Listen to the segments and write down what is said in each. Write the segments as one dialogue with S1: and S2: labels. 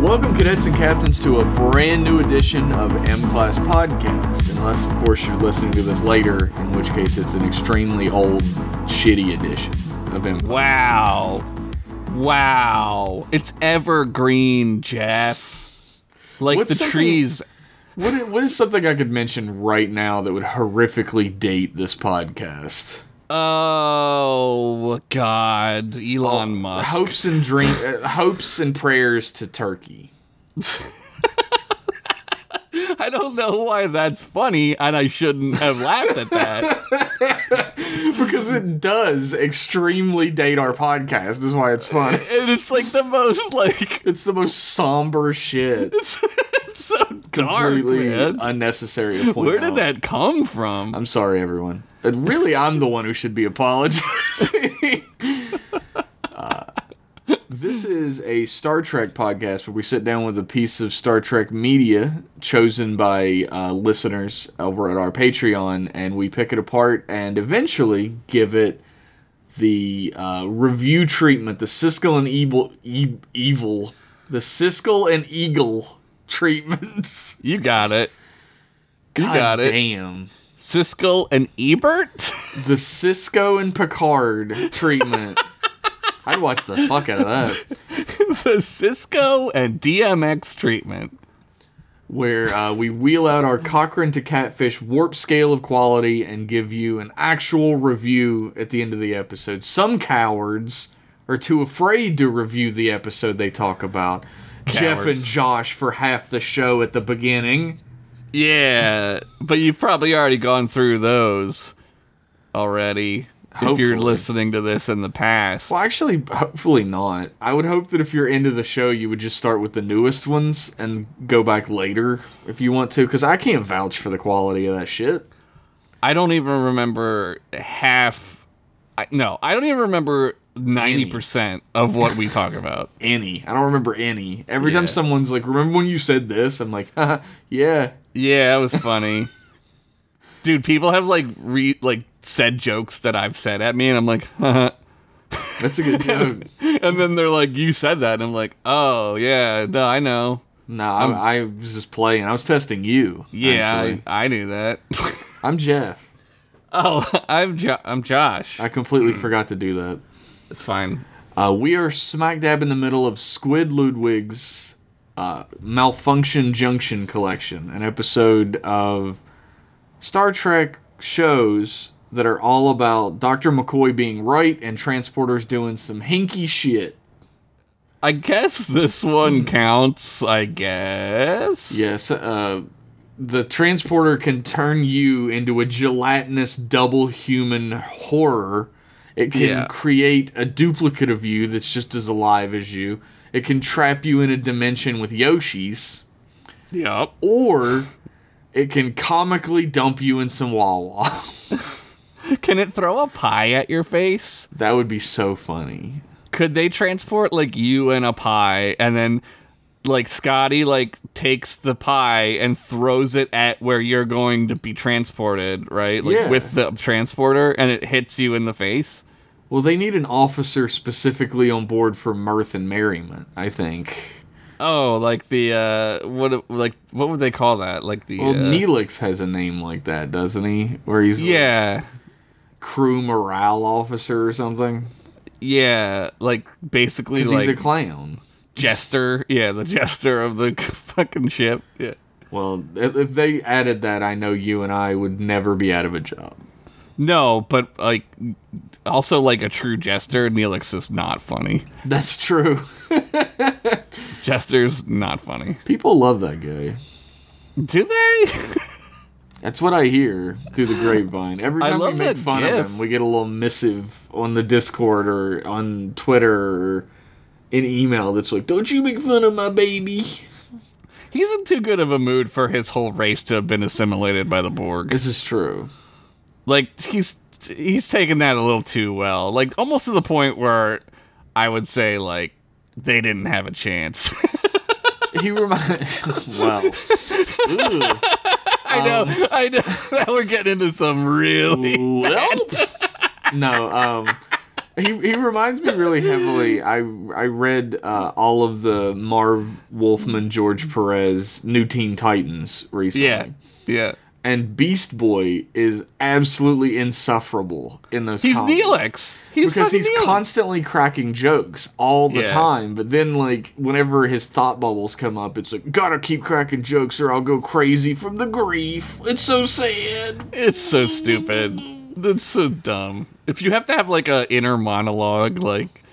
S1: Welcome, cadets and captains, to a brand new edition of M Class Podcast. Unless, of course, you're listening to this later, in which case it's an extremely old, shitty edition of M Class.
S2: Wow. Wow. It's evergreen, Jeff. Like
S1: What's
S2: the
S1: something-
S2: trees.
S1: What is, what is something I could mention right now that would horrifically date this podcast?
S2: Oh, God.
S1: Oh,
S2: Elon Musk.
S1: Hopes and dream, uh, hopes and prayers to Turkey.
S2: I don't know why that's funny, and I shouldn't have laughed at that.
S1: Because it does extremely date our podcast, is why it's fun.
S2: and it's like the most, like,
S1: It's the most somber shit.
S2: it's so dark,
S1: completely
S2: man.
S1: unnecessary to point
S2: Where did
S1: out.
S2: that come from?
S1: I'm sorry, everyone. And really, I'm the one who should be apologizing. Uh, this is a Star Trek podcast where we sit down with a piece of Star Trek media chosen by uh, listeners over at our Patreon, and we pick it apart and eventually give it the uh, review treatment, the Siskel and Evil, e- evil, the Siskel and Eagle treatments.
S2: You got it. You
S1: God
S2: got it.
S1: Damn.
S2: Siskel and Ebert?
S1: the Cisco and Picard treatment. I'd watch the fuck out of that.
S2: the Cisco and DMX treatment.
S1: Where uh, we wheel out our Cochrane to Catfish warp scale of quality and give you an actual review at the end of the episode. Some cowards are too afraid to review the episode they talk about. Jeff
S2: Cowards.
S1: and Josh for half the show at the beginning.
S2: Yeah, but you've probably already gone through those already. If
S1: Hopefully.
S2: you're listening to this in the past,
S1: Well, actually, hopefully not. I would hope that if you're into the show, you would just start with the newest ones and go back later if you want to, because I can't vouch for the quality of that shit.
S2: I don't even remember half. I, no, I don't even remember ninety percent of what we talk about.
S1: Any. I don't remember any. Every
S2: Yeah.
S1: time someone's like, remember when you said this? I'm like, Haha, yeah.
S2: Yeah, it was funny, dude. People have like re like said jokes that I've said at me, and I'm like,
S1: That's a good joke.
S2: and then they're like, "You said that," and I'm like, "Oh yeah, no, I know."
S1: no, I, I was just playing. I was testing you.
S2: Yeah,
S1: actually.
S2: I, I knew that.
S1: I'm Jeff.
S2: oh, I'm jo- I'm Josh.
S1: I completely
S2: Hmm.
S1: forgot to do that.
S2: It's fine.
S1: Uh, we are smack dab in the middle of Squid Ludwig's uh, Malfunction Junction collection, an episode of Star Trek shows that are all about Dr. McCoy being right and transporters doing some hinky shit.
S2: I guess this
S1: Hmm.
S2: one counts. I guess.
S1: Yes, uh, the transporter can turn you into a gelatinous double human horror. It can
S2: Yeah.
S1: create a duplicate of you that's just as alive as you. It can trap you in a dimension with Yoshis,
S2: Yep.
S1: or it can comically dump you in some Wawa.
S2: Can it throw a pie at your face?
S1: that would be so funny.
S2: Could they transport like you and a pie, and then like Scotty like takes the pie and throws it at where you're going to be transported, right? Like
S1: Yeah.
S2: with the transporter, and it hits you in the face.
S1: Well, they need an officer specifically on board for mirth and merriment, I think.
S2: Oh, like the uh, what like what would they call that? Like the
S1: Well,
S2: uh,
S1: Neelix has a name like that, doesn't he? Where he's like,
S2: yeah.
S1: crew morale officer or something.
S2: Yeah, like basically
S1: 'Cause
S2: like
S1: he's a clown.
S2: jester. Yeah, the jester of the fucking ship. Yeah.
S1: Well, if if they added that, I know you and I would never be out of a job.
S2: No, but like also like a true jester, Neelix is not funny.
S1: That's true.
S2: Jester's not funny.
S1: People love that guy.
S2: Do they?
S1: That's what I hear through the grapevine. Every
S2: I
S1: time we
S2: love
S1: make
S2: that
S1: fun of
S2: gif.
S1: him, we get a little missive on the Discord or on Twitter or an email that's like, "Don't you make fun of my baby."
S2: He's in too good of a mood for his whole race to have been assimilated by the Borg.
S1: This is true.
S2: Like he's he's taken that a little too well. Like almost to the point where I would say like they didn't have a chance.
S1: He reminds. wow. Ooh.
S2: I
S1: Um.
S2: know, I know. Now we're getting into some really
S1: well no um he he reminds me really heavily. I I read uh, all of the Marv Wolfman, George Perez, New Teen Titans recently.
S2: Yeah. Yeah.
S1: And Beast Boy is absolutely insufferable in those.
S2: He's
S1: comics.
S2: Neelix. He's
S1: because
S2: fucking
S1: he's
S2: Neelix.
S1: constantly cracking jokes all the
S2: Yeah.
S1: time. But then, like, whenever his thought bubbles come up, it's like, gotta keep cracking jokes or I'll go crazy from the grief. It's so sad.
S2: It's so stupid. That's so dumb. If you have to have like a inner monologue, like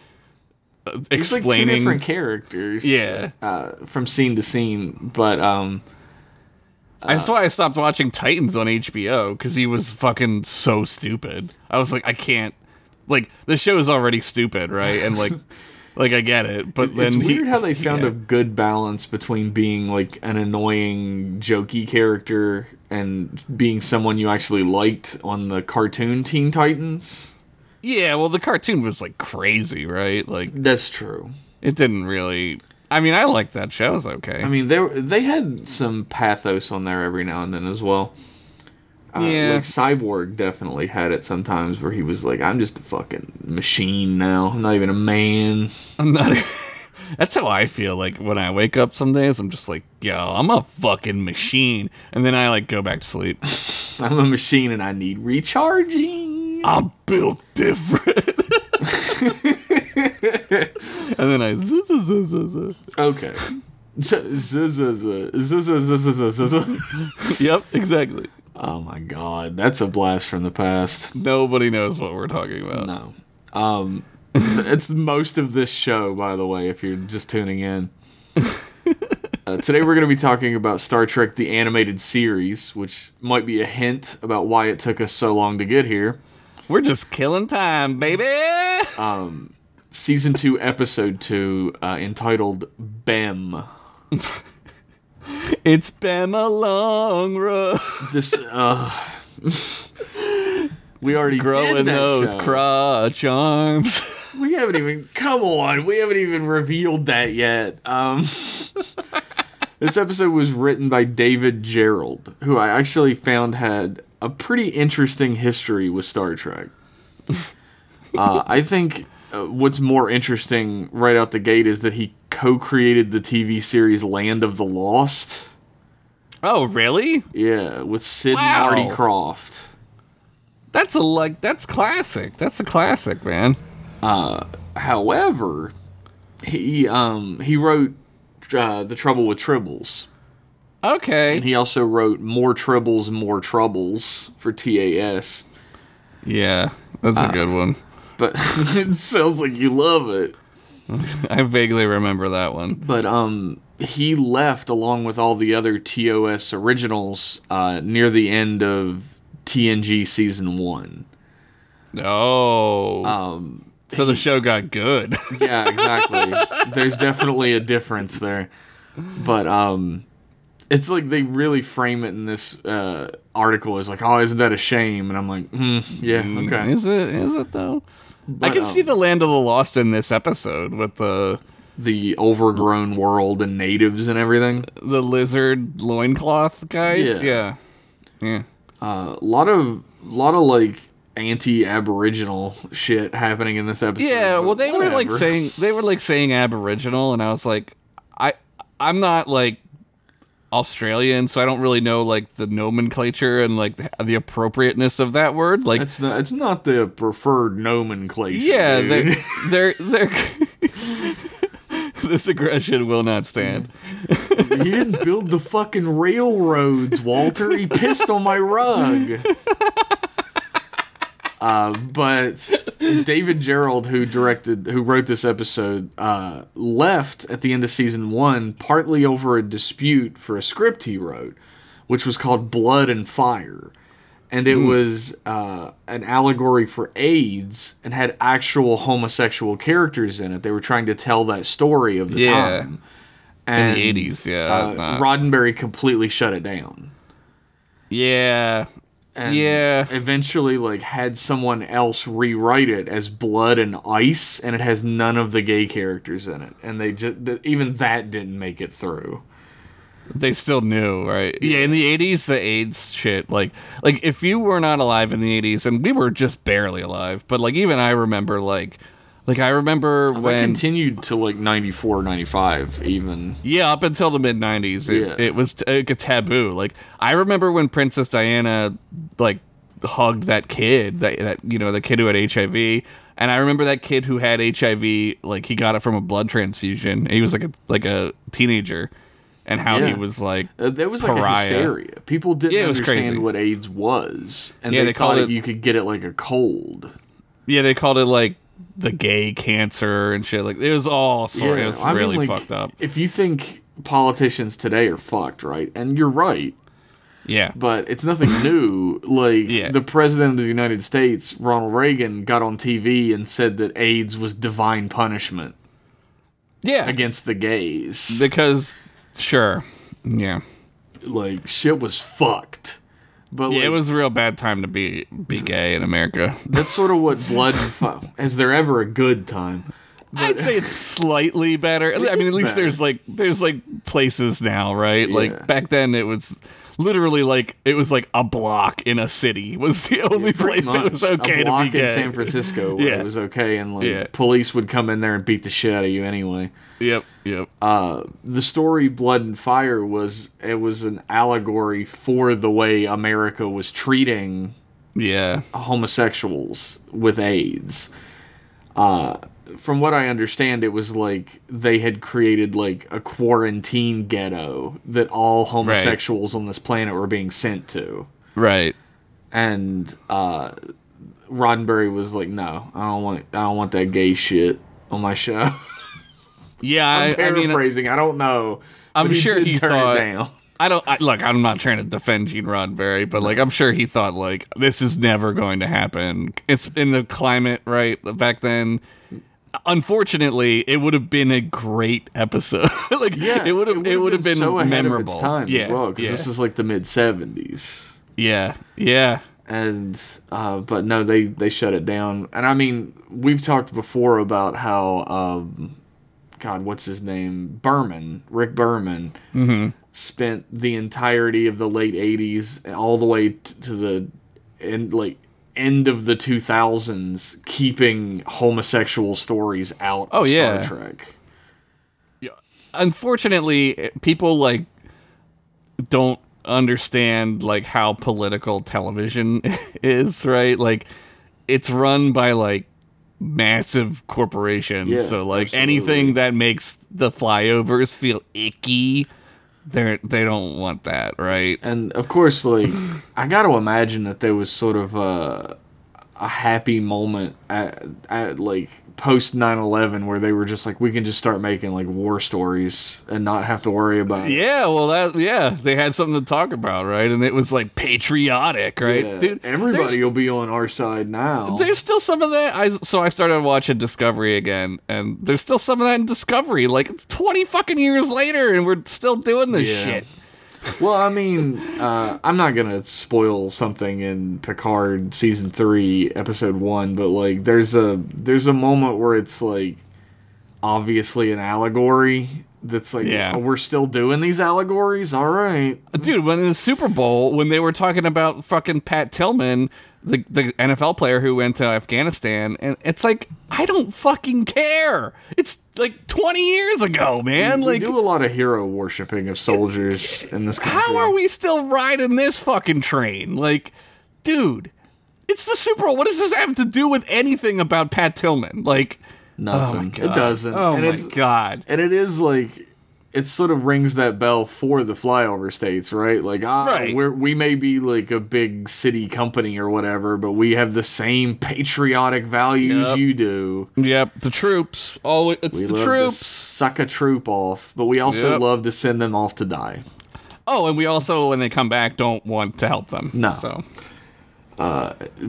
S2: uh,
S1: It's like two
S2: explaining,
S1: different characters.
S2: Yeah.
S1: Uh, from scene to scene. But, um,
S2: that's why I stopped watching Titans on HBO because he was fucking so stupid. I was like, I can't. Like the show is already stupid, right? And like, like I get it, but then
S1: it's
S2: he-
S1: weird how they found
S2: yeah.
S1: a good balance between being, like, an annoying, jokey character and being someone you actually liked on the cartoon Teen Titans.
S2: yeah. Well, the cartoon was like crazy, right? Like
S1: That's true.
S2: it didn't really. I mean, I liked that show. It was okay.
S1: I mean, they they had some pathos on there every now and then as well. Uh,
S2: Yeah.
S1: Like Cyborg definitely had it sometimes where he was like, "I'm just a fucking machine now. I'm not even a man."
S2: I'm not. That's how I feel. Like when I wake up some days, I'm just like, yo, I'm a fucking machine. And then I like go back to sleep.
S1: I'm a machine and I need recharging.
S2: I'm built different. and then I. zzz, zzz, zzz, zzz,
S1: Okay. Z- z- z- z- z- z- z- z- z- z-
S2: zzz. Yep, exactly.
S1: oh my god, that's a blast from the past.
S2: Nobody knows what we're talking about.
S1: No. Um, it's most of this show, by the way, if you're just tuning in. Uh, today we're going to be talking about Star Trek the Animated Series, which might be a hint about why it took us so long to get here.
S2: We're just killing time, baby.
S1: Uh, Season 2, Episode 2, uh, entitled BEM.
S2: it's been a long road.
S1: This, uh... We already
S2: Growing
S1: did that
S2: those
S1: show.
S2: crotch arms.
S1: We haven't even come on. We haven't even revealed that yet. Um, this episode was written by David Gerald, who I actually found had a pretty interesting history with Star Trek. Uh, I think uh, what's more interesting right out the gate is that he co-created the TV series Land of the Lost.
S2: oh, really?
S1: Yeah, with Sid
S2: Wow.
S1: and Marty Croft.
S2: That's a like. That's classic. That's a classic, man.
S1: However, he um he wrote uh, the Trouble with Tribbles.
S2: Okay.
S1: He also wrote More Tribbles, More Troubles for TAS.
S2: Yeah, that's
S1: Uh,
S2: a good one.
S1: But it sounds like you love it.
S2: I vaguely remember that one.
S1: But um he left along with all the other TOS originals uh, near the end of TNG season one.
S2: Oh.
S1: Um
S2: so the show got good.
S1: yeah, exactly. There's definitely a difference there. But um it's like they really frame it in this uh, article as like, oh, isn't that a shame? And I'm like, mm, yeah, okay.
S2: Is it? Is it though? I
S1: But,
S2: can
S1: um,
S2: see the land of the lost in this episode with the
S1: the overgrown world and natives and everything.
S2: the lizard loincloth guys. Yeah.
S1: Yeah.
S2: Yeah.
S1: Uh, a lot of lot of like anti-aboriginal shit happening in this episode.
S2: Yeah,
S1: but
S2: well they were like
S1: whatever.
S2: saying they were like saying aboriginal and I was like I I'm not like Australian so I don't really know like the nomenclature and like the, the appropriateness of that word like
S1: it's not it's not the preferred nomenclature.
S2: Yeah,
S1: dude.
S2: they're they're they're this aggression will not stand.
S1: he didn't build the fucking railroads, Walter. He pissed on my rug. Uh, but David Gerald, who directed, who wrote this episode, uh, left at the end of season one, partly over a dispute for a script he wrote, which was called "Blood and Fire," and
S2: Hmm.
S1: it was uh, an allegory for AIDS and had actual homosexual characters in it. They were trying to tell that story of the
S2: Yeah.
S1: time
S2: In
S1: and
S2: the eighties, yeah,
S1: uh,
S2: not-
S1: Roddenberry completely shut it down.
S2: yeah,
S1: And
S2: Yeah.
S1: Eventually, like, had someone else rewrite it as Blood and Ice, and it has none of the gay characters in it. And they just, th- even that didn't make it through.
S2: They still knew, right? Yeah, in the eighties, the AIDS shit, like, like if you were not alive in the eighties, and we were just barely alive, but like even I remember, like, like I remember
S1: That
S2: when,
S1: continued to like 94, 95 even.
S2: yeah, up until the mid nineties, it,
S1: Yeah.
S2: it was t- like a taboo. Like I remember when Princess Diana, like, hugged that kid, that that you know, the kid who had HIV. And I remember that kid who had HIV, like he got it from a blood transfusion. He was like a like a teenager, and how he
S1: Yeah.
S2: was like
S1: Uh, there was like
S2: Pariah.
S1: a hysteria. People didn't
S2: Yeah, it was
S1: understand
S2: crazy.
S1: what AIDS was, and
S2: Yeah,
S1: they,
S2: they
S1: thought
S2: called
S1: it,
S2: it-
S1: you could get it like a cold.
S2: Yeah, they called it like the gay cancer and shit. Like it was all sorry, it was
S1: I mean,
S2: really
S1: like,
S2: fucked up.
S1: If you think politicians today are fucked, right? And you're right,
S2: Yeah,
S1: but it's nothing new. Like
S2: Yeah.
S1: the president of the United States, Ronald Reagan, got on TV and said that AIDS was divine punishment
S2: yeah,
S1: against the gays.
S2: because sure, yeah,
S1: like shit was fucked. But
S2: yeah. It
S1: like,
S2: was a real bad time to be be gay in America.
S1: that's sort of what blood. fu- Is there ever a good time?
S2: I'd say it's slightly better. I mean,
S1: is
S2: at least
S1: better.
S2: there's like there's like places now, right?
S1: Yeah.
S2: Like back then, it was literally like it was like a block in a city was the only
S1: Pretty
S2: place it was
S1: much.
S2: okay
S1: a
S2: to
S1: block
S2: be gay.
S1: in San Francisco where
S2: Yeah.
S1: it was okay, and like
S2: Yeah.
S1: police would come in there and beat the shit out of you anyway.
S2: Yep, yep.
S1: Uh, the story "Blood and Fire" was it was an allegory for the way America was treating
S2: yeah,
S1: homosexuals with AIDS. Uh, from what I understand, it was like they had created like a quarantine ghetto that all homosexuals on this planet were being sent to
S2: right.
S1: and uh, Roddenberry was like, "No, I don't want, I don't want that gay shit on my show."
S2: Yeah, I, I mean, uh,
S1: Paraphrasing, I, don't know.
S2: I'm
S1: but
S2: sure
S1: did
S2: he
S1: turn
S2: thought-
S1: it down.
S2: I don't I, look. I'm not trying to defend Gene Roddenberry, but like I'm sure he thought like this is never going to happen. It's in the climate right back then. Unfortunately, it would have been a great episode. like
S1: Yeah,
S2: it would have it would have been,
S1: so ahead of
S2: memorable.
S1: its time
S2: yeah,
S1: as well because
S2: yeah,
S1: this is like the mid '70s,
S2: yeah, yeah,
S1: and uh, but no, they they shut it down. And I mean, we've talked before about how. Um, God, what's his name? Berman, Rick Berman,
S2: Mm-hmm.
S1: spent the entirety of the late '80s, all the way t- to the end, like end of the 2000s, keeping homosexual stories out.
S2: Oh,
S1: of
S2: yeah.
S1: Star Trek.
S2: yeah. Unfortunately, it- people like don't understand like how political television is. Right, like it's run by like massive corporations.
S1: Yeah,
S2: so like
S1: absolutely.
S2: anything that makes the flyovers feel icky, they they don't want that, right?
S1: And of course, like I got to imagine that there was sort of a a happy moment at, at like post 9/11 where they were just like, we can just start making like war stories and not have to worry about. it.
S2: Yeah, well that yeah, they had something to talk about, right? And it was like patriotic, right?
S1: Yeah,
S2: Dude,
S1: everybody
S2: there's-
S1: will be on our side now.
S2: There's still some of that. I so I started watching Discovery again, and there's still some of that in Discovery. Like it's 20 fucking years later, and we're still doing this
S1: Yeah.
S2: shit.
S1: Well, I mean, uh, I'm not gonna spoil something in Picard season three, episode one, but like, there's a there's a moment where it's like obviously an allegory. That's like,
S2: Yeah.
S1: "Oh, we're still doing these allegories. All right,
S2: Dude, when in the Super Bowl, when they were talking about fucking Pat Tillman, the, the NFL player who went to Afghanistan, and it's like, I don't fucking care. It's like 20 years ago, man.
S1: we
S2: Like,
S1: do a lot of hero worshiping of soldiers in this country.
S2: how are we still riding this fucking train? Like, dude, it's the Super Bowl. What does this have to do with anything about Pat Tillman? Like,
S1: Nothing. It doesn't.
S2: Oh
S1: and
S2: my
S1: it's,
S2: god.
S1: And it is like it sort of rings that bell for the flyover states, right? Like, ah,
S2: Right.
S1: We're, we may be like a big city company or whatever, but we have the same patriotic values
S2: Yep.
S1: you do.
S2: Yep, the troops. Oh, it's
S1: We
S2: the
S1: love
S2: troops.
S1: to suck a troop off, but we also
S2: Yep.
S1: love to send them off to die.
S2: Oh, and we also, when they come back, don't want to help them.
S1: No.
S2: So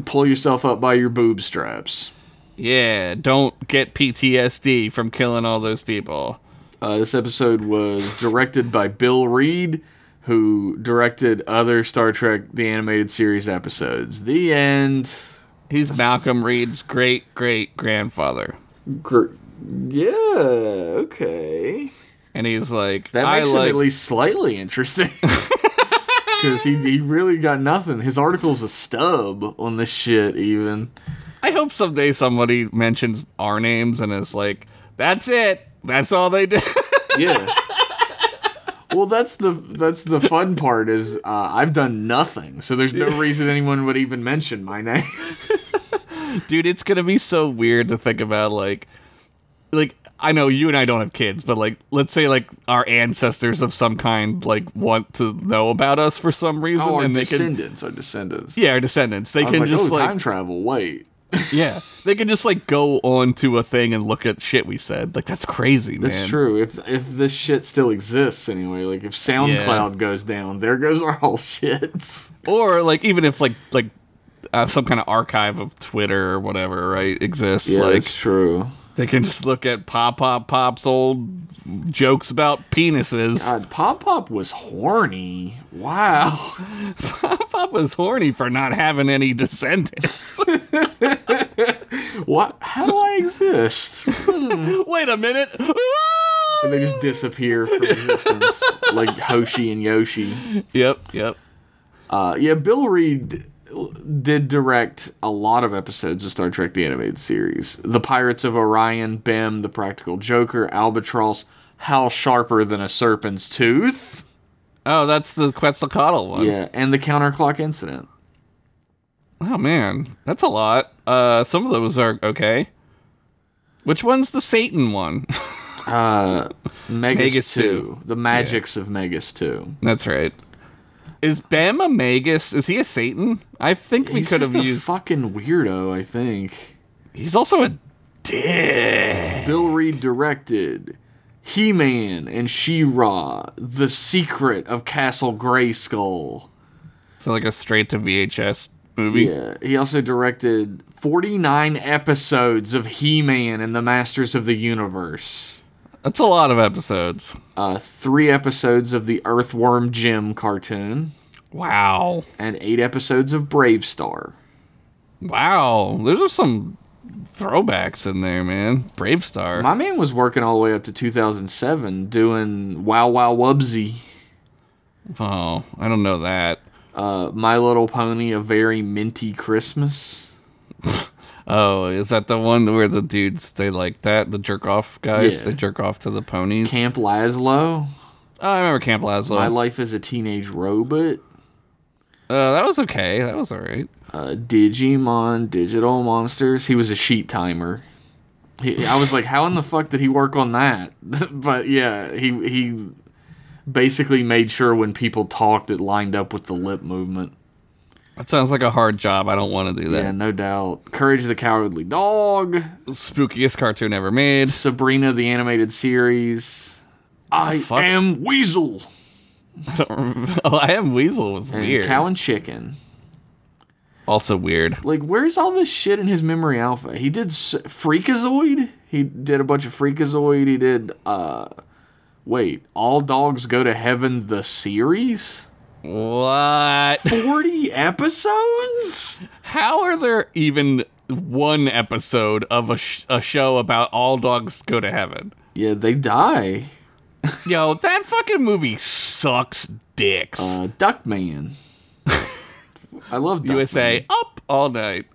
S1: Pull yourself up by your boob straps.
S2: yeah, don't get PTSD from killing all those people.
S1: Uh, this episode was directed by Bill Reed, who directed other Star Trek the animated series episodes. The end.
S2: He's Malcolm Reed's great great grandfather.
S1: Gr- yeah, okay.
S2: and he's like,
S1: That
S2: I
S1: makes him
S2: like,
S1: at least slightly interesting. Because he, he really got nothing. His article's a stub on this shit, even.
S2: I hope someday somebody mentions our names and is like, that's it. That's all they did.
S1: Yeah. well, that's the that's the fun part is uh, I've done nothing, so there's no reason anyone would even mention my name.
S2: Dude, it's going to be so weird to think about, like, like I know you and I don't have kids, but like let's say like our ancestors of some kind like want to know about us for some reason
S1: Oh, our
S2: and they can
S1: descendants, our descendants.
S2: yeah, our descendants. They
S1: I was
S2: can
S1: like,
S2: just
S1: oh,
S2: like
S1: time travel. Wait,
S2: yeah, they can just like go onto a thing and look at shit we said. Like that's crazy, man.
S1: it's true. If if this shit still exists anyway, like if SoundCloud goes down, there goes our whole shit.
S2: or like even if like like uh, some kind of archive of Twitter or whatever, right, exists. like
S1: it's true.
S2: they can just look at Pop Pop Pop's old jokes about penises.
S1: God, Pop Pop was horny. Wow.
S2: Pop Pop was horny for not having any descendants.
S1: What? How do I exist?
S2: Wait a minute.
S1: and they just disappear from existence, like Hoshi and Yoshi.
S2: yep, yep.
S1: Uh, yeah, Bill Reed did direct a lot of episodes of Star Trek: The Animated Series, The Pirates of Orion, Bim, The Practical Joker, Albatross, How Sharper Than a Serpent's Tooth,
S2: Oh, that's the Quetzalcoatl one.
S1: yeah, and The Counterclock Incident.
S2: Oh man, that's a lot. Uh, some of those are okay. Which one's the Satan one?
S1: Megas,
S2: Megas
S1: 2,
S2: 2.
S1: The Magics of Megas 2.
S2: That's right. Is Bam a magus? Is he a Satan? I think we
S1: He's
S2: could have
S1: just a
S2: used.
S1: fucking weirdo, I think.
S2: He's also a dick.
S1: Bill Reed directed He Man and She Ra, The Secret of Castle Grayskull.
S2: So like a straight to VHS movie.
S1: Yeah, he also directed 49 episodes of He Man and the Masters of the Universe,
S2: That's a lot of episodes.
S1: uh, three episodes of the Earthworm Jim cartoon,
S2: Wow.
S1: and eight episodes of Brave Star.
S2: Wow. There's just some throwbacks in there, man. Brave Star.
S1: My man was working all the way up to 2007 doing Wow Wow Wubsy,
S2: oh, I don't know that.
S1: uh, My Little Pony, A Very Minty Christmas.
S2: Oh, is that the one where the dudes they like that? The jerk off guys?
S1: Yeah.
S2: They jerk off to the ponies.
S1: Camp Laszlo.
S2: oh, I remember Camp Lazlo.
S1: My Life as a Teenage Robot,
S2: uh, that was okay. That was alright.
S1: uh, Digimon, Digital Monsters. He was a sheet timer. He, I was like, how in the fuck did he work on that? but yeah, he he basically made sure when people talked, it lined up with the lip movement.
S2: That sounds like a hard job. I don't want to do
S1: Yeah,
S2: that.
S1: no doubt. Courage the Cowardly Dog,
S2: Spookiest cartoon ever made.
S1: Sabrina the Animated Series. I
S2: Fuck.
S1: am Weasel.
S2: oh, I am Weasel was
S1: And
S2: weird.
S1: Cow and Chicken.
S2: also weird.
S1: Like, where's all this shit in his memory alpha? He did s- Freakazoid. He did a bunch of Freakazoid. He did, uh, wait, All Dogs Go to Heaven, the series?
S2: What?
S1: 40 episodes?
S2: How are there even one episode of a, sh- a show about all dogs go to heaven?
S1: Yeah, they die.
S2: Yo, that fucking movie sucks dicks.
S1: Uh, Duckman. I love Duckman.
S2: USA up all night.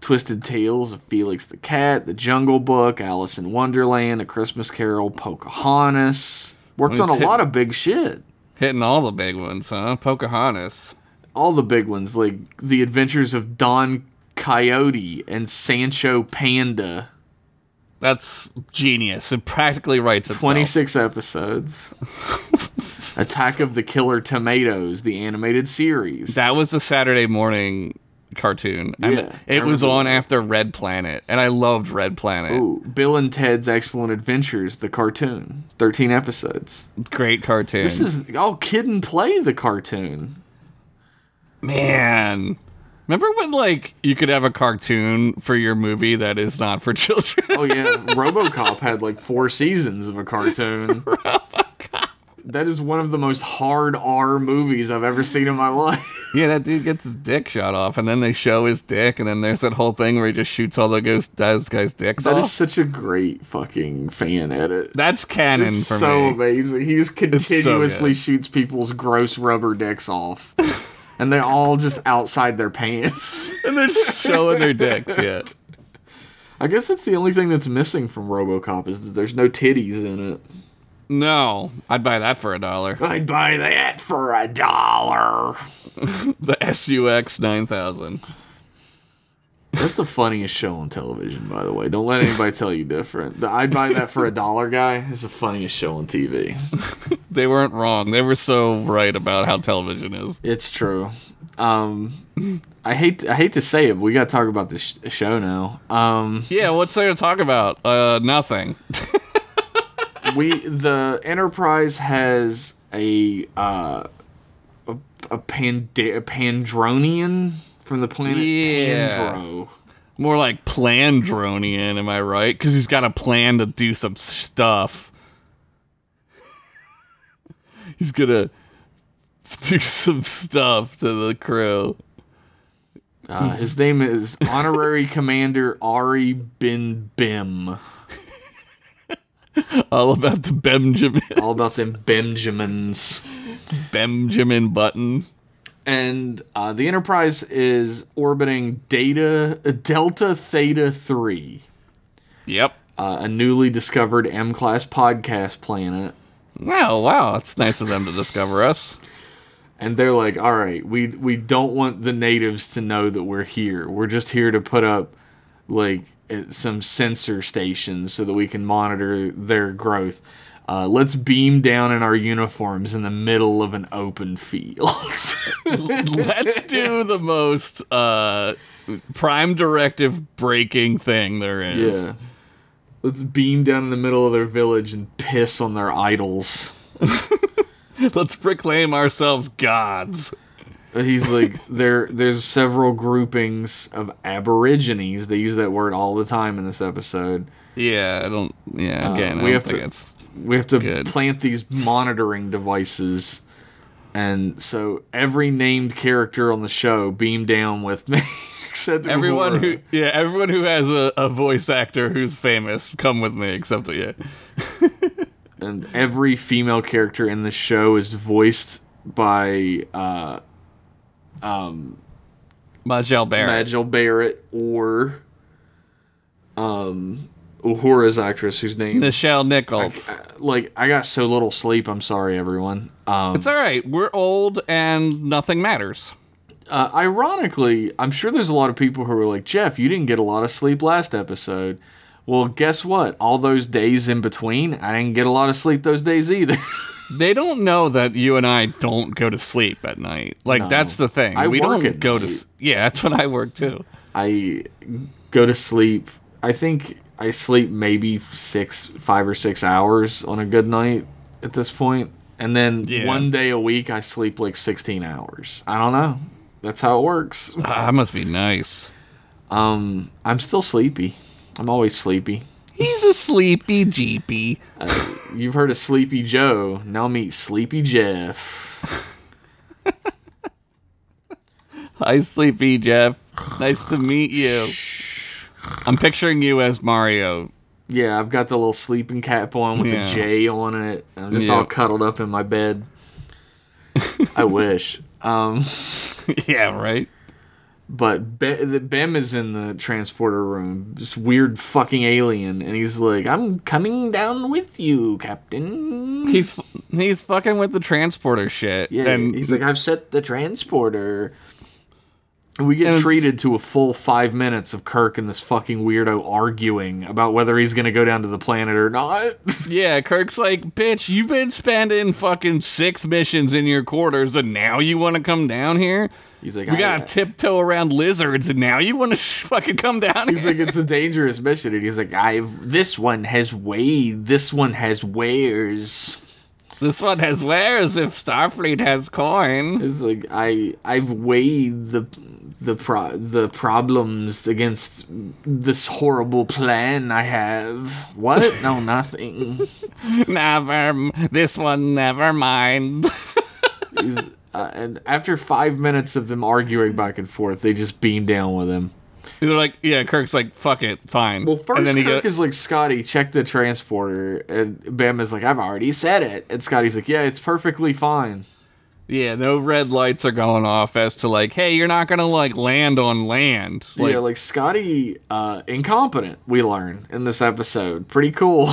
S1: Twisted Tales of Felix the Cat, The Jungle Book, Alice in Wonderland, A Christmas Carol, Pocahontas. Worked on a lot of big shit.
S2: Hitting all the big ones, huh? Pocahontas.
S1: all the big ones, like the adventures of Don Coyote and Sancho Panda.
S2: That's genius. It practically writes itself.
S1: 26 episodes. Attack of the Killer Tomatoes, the animated series.
S2: That was a Saturday morning cartoon. I
S1: Yeah,
S2: mean,
S1: I
S2: it was
S1: remember
S2: on after Red Planet, and I loved Red Planet.
S1: Ooh, Bill and Ted's Excellent Adventures, the cartoon. 13 episodes.
S2: Great cartoon.
S1: This is all kid and play, the cartoon.
S2: Man. Remember when like you could have a cartoon for your movie that is not for children?
S1: Oh, yeah. Robocop had like four seasons of a cartoon. that is one of the most hard R movies I've ever seen in my life.
S2: Yeah, that dude gets his dick shot off, and then they show his dick, and then there's that whole thing where he just shoots all the ghost those guys' dicks
S1: That
S2: off.
S1: is such a great fucking fan edit.
S2: That's canon
S1: It's
S2: for
S1: so
S2: me.
S1: amazing. He just
S2: so
S1: continuously
S2: good.
S1: shoots people's gross rubber dicks off. and they're all just outside their pants.
S2: And they're just showing their dicks. Yeah,
S1: I guess that's the only thing that's missing from RoboCop is that there's no titties in it.
S2: no, I'd buy that for a dollar.
S1: I'd buy that for a dollar.
S2: The SUX nine thousand.
S1: That's the funniest show on television, by the way. Don't let anybody tell you different. The I'd buy that for a dollar guy is the funniest show on TV.
S2: They weren't wrong. They were so right about how television is.
S1: It's true. Um, I hate I hate to say it, but we got to talk about this sh- show now. Um,
S2: Yeah, what's there to talk about? Uh, nothing.
S1: we the Enterprise has a uh, a, a, pand- a Pandronian from the planet
S2: Yeah.
S1: Pandro.
S2: More like Plandronian, am I right? Because he's got a plan to do some stuff. he's gonna do some stuff to the crew.
S1: Uh, his name is Honorary Commander Ari Bin Bim.
S2: All about the Benjamin
S1: All about them Benjamins.
S2: Benjamin Button.
S1: And uh, the Enterprise is orbiting Data Delta Theta Three,
S2: Yep.
S1: uh, a newly discovered M-class podcast planet.
S2: Wow, wow, it's nice of them to discover us.
S1: and they're like, "All right, we we don't want the natives to know that we're here. We're just here to put up like eh, some sensor stations so that we can monitor their growth. Uh, let's beam down in our uniforms in the middle of an open field."
S2: Let's do the most uh prime directive breaking thing there is.
S1: yeah. Let's beam down in the middle of their village and piss on their idols.
S2: Let's proclaim ourselves gods.
S1: He's like there. There's several groupings of Aborigines. They use that word all the time in this episode.
S2: Yeah, I don't. Yeah, again,
S1: Uh, we
S2: I don't
S1: have
S2: think
S1: to-
S2: it's
S1: We have to
S2: Good.
S1: plant these monitoring devices. And so every named character on the show beam down with me. except Uhura.
S2: everyone who. Yeah, everyone who has a, a voice actor who's famous, come with me. Except yeah,
S1: and every female character in the show is voiced by uh,
S2: Majel Barrett.
S1: Majel Barrett or um, Uhura's actress whose name
S2: Michelle Nichols.
S1: like I got so little sleep. I'm sorry, everyone. Um,
S2: It's all right. We're old and nothing matters.
S1: uh, ironically, I'm sure there's a lot of people who are like, Jeff, you didn't get a lot of sleep last episode. Well, guess what? All those days in between, I didn't get a lot of sleep those days either.
S2: They don't know that you and I don't go to sleep at night. Like that's the thing.
S1: I
S2: we
S1: work
S2: don't
S1: at
S2: go
S1: night.
S2: to. s- Yeah, that's when I work too.
S1: I go to sleep. I think I sleep maybe six, five or six hours on a good night at this point. And then
S2: Yeah.
S1: one day a week, I sleep like 16 hours. I don't know. That's how it works.
S2: Ah, I must be nice.
S1: Um, I'm still sleepy. I'm always sleepy.
S2: He's a sleepy jeepy.
S1: You've heard of Sleepy Joe. Now meet Sleepy Jeff.
S2: Hi, Sleepy Jeff. Nice to meet you. I'm picturing you as Mario.
S1: Yeah, I've got the little sleeping cap on with
S2: Yeah.
S1: a J on it. I'm just
S2: Yeah.
S1: all cuddled up in my bed. I wish. Um,
S2: yeah, right?
S1: but Be- the Bem is in the transporter room, this weird fucking alien, and he's like, "I'm coming down with you, Captain."
S2: He's he's fucking with the transporter shit.
S1: Yeah,
S2: and
S1: he's like, "I've set the transporter." And we get
S2: And it's-
S1: treated to a full five minutes of Kirk and this fucking weirdo arguing about whether he's gonna go down to the planet or not.
S2: yeah, Kirk's like, bitch, you've been spending fucking six missions in your quarters, and now you want to come down here?
S1: He's like,
S2: We
S1: "I-
S2: gotta tiptoe around lizards, and now you want to sh- fucking come down
S1: He's
S2: here?
S1: like, it's a dangerous mission, and he's like, I've this one has way, this one has wares.
S2: This one has wares if Starfleet has coin.
S1: It's like I I've weighed the the pro- the problems against this horrible plan I have. What? No, nothing.
S2: Never. m- This one, never mind.
S1: He's, uh, and after five minutes of them arguing back and forth, they just beam down with him.
S2: They're like, yeah, Kirk's like, fuck it, fine.
S1: Well, first
S2: and then he
S1: Kirk
S2: go-
S1: is like, Scotty, check the transporter, and Bam is like, I've already said it, and Scotty's like, Yeah, it's perfectly fine.
S2: yeah, no red lights are going off as to like, hey, you're not gonna like land on land. Like,
S1: yeah, like Scotty, uh, incompetent. We learn in this episode, pretty cool.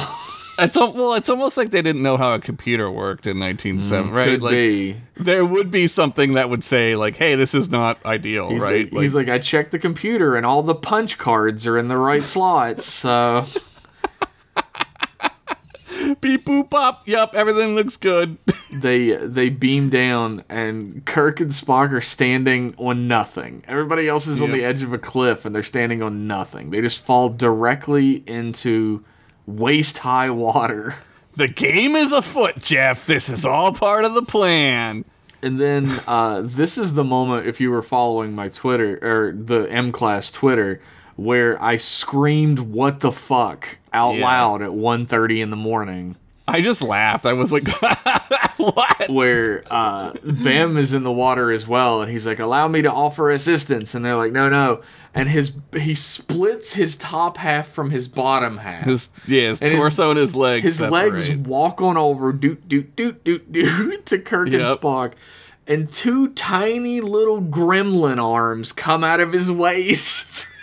S2: it's al- well, it's almost like they didn't know how a computer worked in 1970, right?
S1: Mm, Could
S2: like,
S1: be.
S2: there would be something that would say like, hey, this is not ideal,
S1: He's
S2: right?
S1: Like, he's like, I checked the computer, and all the punch cards are in the right slots. So
S2: beep boop pop. Yep, everything looks good.
S1: they they beam down, and Kirk and Spock are standing on nothing. Everybody else is on
S2: Yep.
S1: the edge of a cliff, and they're standing on nothing. They just fall directly into waist high water.
S2: the game is afoot, Jeff. This is all part of the plan.
S1: And then uh, this is the moment, if you were following my Twitter or the M class Twitter, where I screamed "What the fuck" out
S2: Yeah.
S1: loud at 1.30 in the morning.
S2: I just laughed. I was like, what?
S1: Where uh, Bam is in the water as well, and he's like, "Allow me to offer assistance," and they're like, "No, no." And his he splits his top half from his bottom half.
S2: His yeah, his
S1: And his-
S2: torso and his legs.
S1: His legs
S2: separate.
S1: walk on over, doot doot doot doot doot to Kirk and
S2: Yep.
S1: Spock, and two tiny little gremlin arms come out of his waist.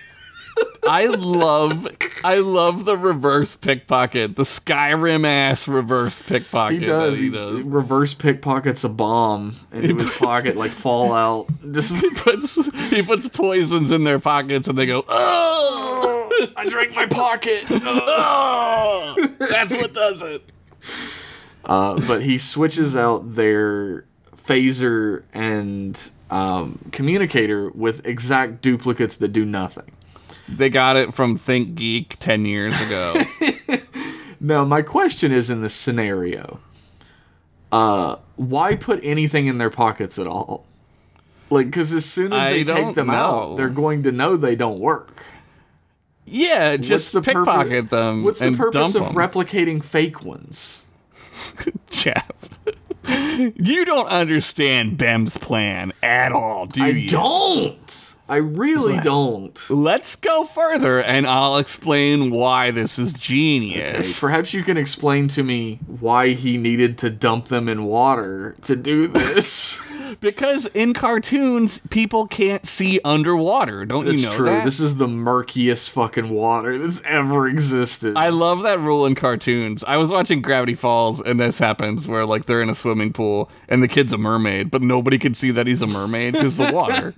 S2: I love, I love the reverse pickpocket, the Skyrim ass reverse
S1: he
S2: pickpocket.
S1: does.
S2: That he does.
S1: Reverse pickpockets a bomb into his pocket like Fallout. This
S2: He puts, he puts poisons in their pockets, and they go, oh,
S1: I drank my pocket.
S2: oh, that's what does it.
S1: Uh, but he switches out their phaser and um, communicator with exact duplicates that do nothing.
S2: They got it from Think Geek ten years ago.
S1: Now, my question is in this scenario, uh, why put anything in their pockets at all? Like, because as soon as
S2: I
S1: they
S2: don't
S1: take them out,
S2: know.
S1: they're going to know they don't work.
S2: yeah, just
S1: the purpo-
S2: pickpocket them.
S1: What's the
S2: and
S1: purpose of
S2: dump 'em.
S1: replicating fake ones?
S2: Jeff? you don't understand Bem's plan at all, do
S1: I
S2: you?
S1: don't. I really don't.
S2: Let's go further and I'll explain why this is
S1: Okay,
S2: genius.
S1: Perhaps you can explain to me why he needed to dump them in water to do this.
S2: Because in cartoons, people can't see underwater. Don't
S1: That's
S2: you know
S1: true.
S2: that?
S1: This is the murkiest fucking water that's ever existed.
S2: I love that rule in cartoons. I was watching Gravity Falls and this happens where like they're in a swimming pool and the kid's a mermaid, but nobody can see that he's a mermaid because the water.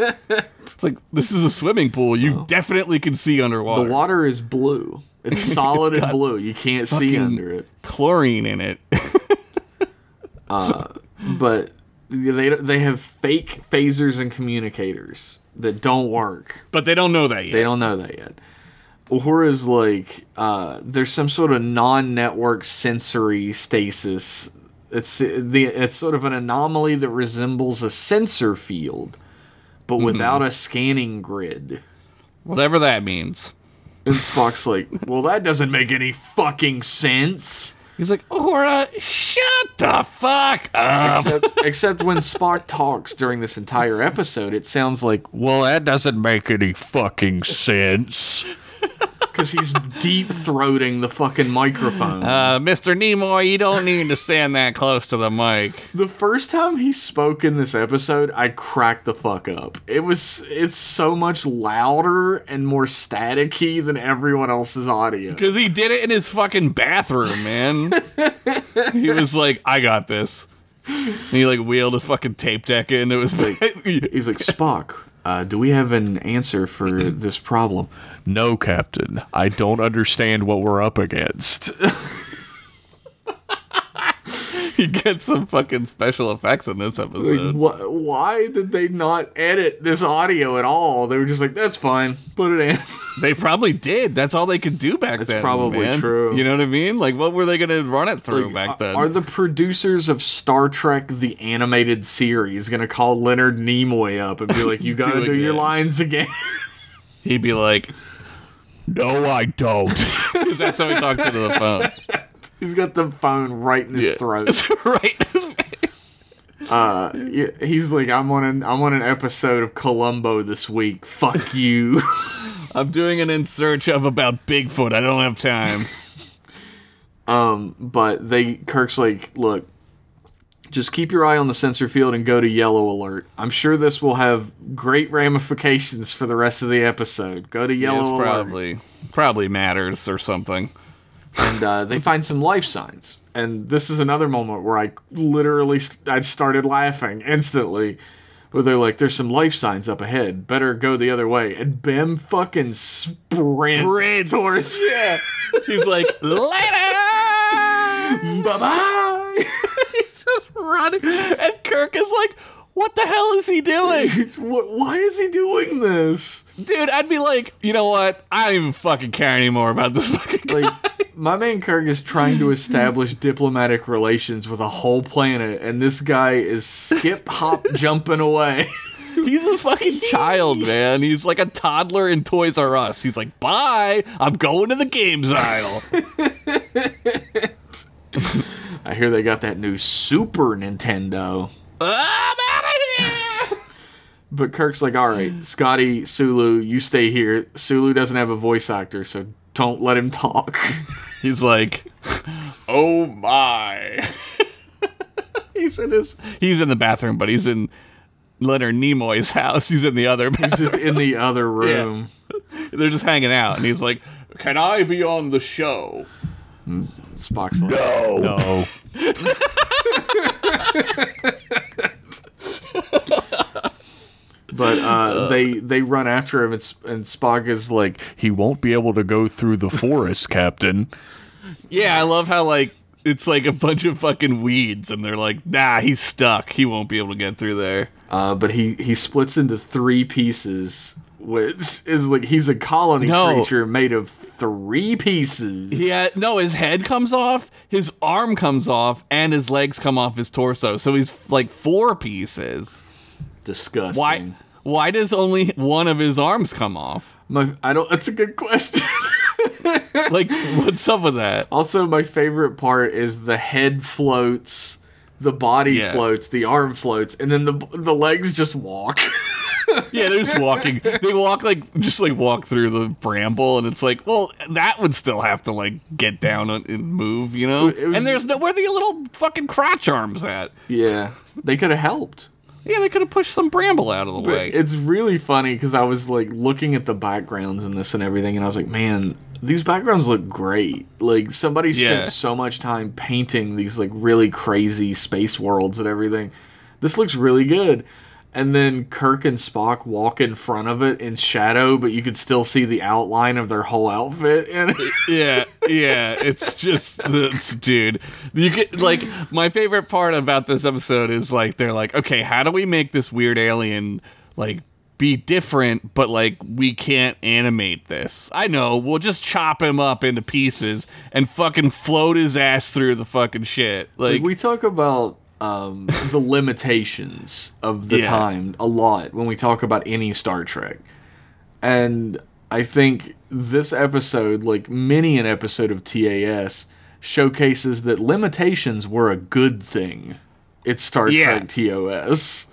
S2: It's like this is a swimming pool. You definitely can see underwater.
S1: The water is blue. It's solid and blue. You can't see
S2: fucking-
S1: under it.
S2: Chlorine in it.
S1: But they they have fake phasers and communicators that don't work.
S2: but they don't know that yet.
S1: They don't know that yet. Uhura's like uh, there's some sort of non-network sensory stasis. It's the it's sort of an anomaly that resembles a sensor field, but without a scanning grid.
S2: Whatever that means.
S1: And Spock's like, well, that doesn't make any fucking sense.
S2: He's like, Aura, shut the fuck up.
S1: except, except when Spock talks during this entire episode, it sounds like
S3: Well, that doesn't make any fucking sense.
S1: because he's deep throating the fucking microphone.
S2: Uh, Mr. Nimoy, you don't need to stand that close to the mic.
S1: the first time he spoke in this episode, I cracked the fuck up. It was it's so much louder and more staticky than everyone else's audio.
S2: Because he did it in his fucking bathroom, man. he was like, I got this. And he like wheeled a fucking tape deck in. It was like,
S1: He's like Spock. Uh, do we have an answer for this problem?
S3: No, Captain, I don't understand what we're up against.
S2: you get some fucking special effects in this
S1: Like,
S2: episode.
S1: wh- why did they not edit this audio at all? They were just like, that's fine, put it in.
S2: They probably did. That's all they could do back then.
S1: probably
S2: man.
S1: true.
S2: You know what I mean? Like, what were they gonna run it through back then?
S1: Are the producers of Star Trek the animated series gonna call Leonard Nimoy up and be like, "You gotta do,
S2: it
S1: your
S2: again."
S1: lines again"?
S2: He'd be like,
S3: No, I don't.
S2: because that's how he talks into the phone,
S1: He's got the phone right in his throat.
S2: right?
S1: Yeah, He's like, "I'm on an I'm on an episode of Columbo this week. Fuck you."
S2: I'm doing an in search of about Bigfoot. I don't have time.
S1: but they Kirk's like, "Look, just keep your eye on the sensor field and go to yellow alert. I'm sure this will have great ramifications for the rest of the episode. Go to yellow
S2: it's
S1: alert."
S2: probably probably matters or something.
S1: and uh, they find some life signs. And this is another moment where I literally st- I started laughing instantly. Where they're like, "There's some life signs up ahead. Better go the other way." And Bim fucking sprints,
S2: Sprints.
S1: towards yeah.
S2: He's like, later.
S1: Bye bye.
S2: He's just running, and Kirk is like, "What the hell is he doing,
S1: Why is he doing this?
S2: dude?" I'd be like, "You know what? I don't even fucking care anymore about this fucking guy."
S1: Like, my man Kirk is trying to establish diplomatic relations with a whole planet, and this guy is skip hop jumping away.
S2: He's a fucking child, man. He's like a toddler in Toys R Us. He's like, "Bye, I'm going to the games aisle."
S1: I hear they got that new Super Nintendo.
S2: Ah, I'm out of here.
S1: But Kirk's like, all right, Scotty, Sulu, you stay here. Sulu doesn't have a voice actor, so don't let him talk.
S2: He's like, "Oh my." he's in his. He's in the bathroom, but he's in Leonard Nimoy's house. He's in the other.
S1: He's just in the other room.
S2: They're just hanging out, and he's like, "Can I be on the show?"
S1: Spock's like,
S3: No. No.
S1: but uh, they they run after him, and, S- and Spock is like,
S3: He won't be able to go through the forest, Captain.
S2: Yeah, I love how like it's like a bunch of fucking weeds, and they're like, "Nah, he's stuck. He won't be able to get through there."
S1: uh, but he he splits into three pieces, which is like he's a colony
S2: No.
S1: creature made of three pieces.
S2: Yeah, no, his head comes off, his arm comes off, and his legs come off his torso. So he's like four pieces.
S1: disgusting.
S2: Why? Why does only one of his arms come off?
S1: My, I don't. That's a good question.
S2: Like, what's up with that?
S1: Also, my favorite part is the head floats, the body
S2: Yeah.
S1: floats, the arm floats, and then the the legs just walk.
S2: Yeah, they're just walking. They walk like just like walk through the bramble, and it's like, well, that would still have to like get down and- and move, you know.
S1: was-
S2: and there's no where the little fucking crotch arms at.
S1: yeah, they could have helped.
S2: Yeah, they could have pushed some bramble out of the way.
S1: It's really funny because I was like looking at the backgrounds and this and everything, and I was like, man, these backgrounds look great. Like somebody spent
S2: Yeah.
S1: so much time painting these like really crazy space worlds and everything. This looks really good. And then Kirk and Spock walk in front of it in shadow, but you could still see the outline of their whole outfit. And
S2: yeah, yeah. It's just this dude. You get like my favorite part about this episode is like they're like, okay, how do we make this weird alien like be different, but like we can't animate this. I know, we'll just chop him up into pieces and fucking float his ass through the fucking shit. Like,
S1: we talk about um, the limitations of the
S2: Yeah.
S1: time a lot when we talk about any Star Trek, and I think this episode, like many an episode of TAS, showcases that limitations were a good thing. It's Star
S2: Yeah.
S1: Trek TOS.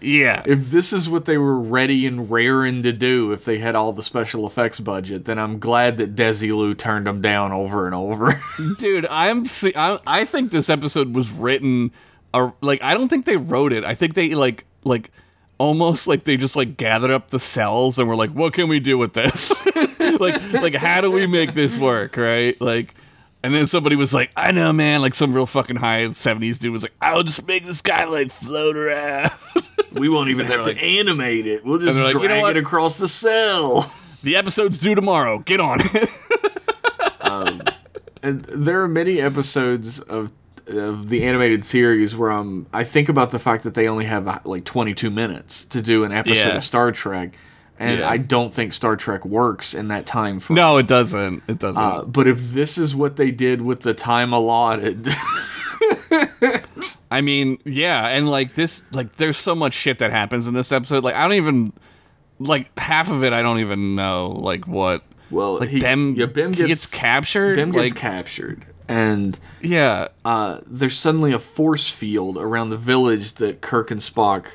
S2: yeah,
S1: If this is what they were ready and raring to do, if they had all the special effects budget, then I'm glad that Desilu turned them down over and over.
S2: dude i'm se- I, I think this episode was written uh, like i don't think they wrote it i think they like like almost like they just like gathered up the cells and were like what can we do with this like like how do we make this work right like and then somebody was like i know man like some real fucking high 70s dude was like i'll just make this guy like float around
S1: We won't even have
S2: like-
S1: to animate it. We'll just
S2: they're like,
S1: drag
S2: "You know what?"
S1: it across the cell.
S2: the episode's due tomorrow get on it
S1: And there are many episodes of of the animated series where I'm I think about the fact that they only have uh, like 22 minutes to do an episode
S2: Yeah.
S1: of Star Trek, and
S2: Yeah.
S1: I don't think Star Trek works in that time frame.
S2: No, it doesn't. It doesn't.
S1: Uh, but if this is what they did with the time allotted,
S2: I mean, yeah, and like this, like there's so much shit that happens in this episode. Like I don't even, like half of it, I don't even know, like what.
S1: well,
S2: Like
S1: he,
S2: Bem,
S1: yeah, Bem
S2: he
S1: gets,
S2: captured.
S1: Bem gets
S2: like,
S1: captured, and
S2: yeah,
S1: uh, there's suddenly a force field around the village that Kirk and Spock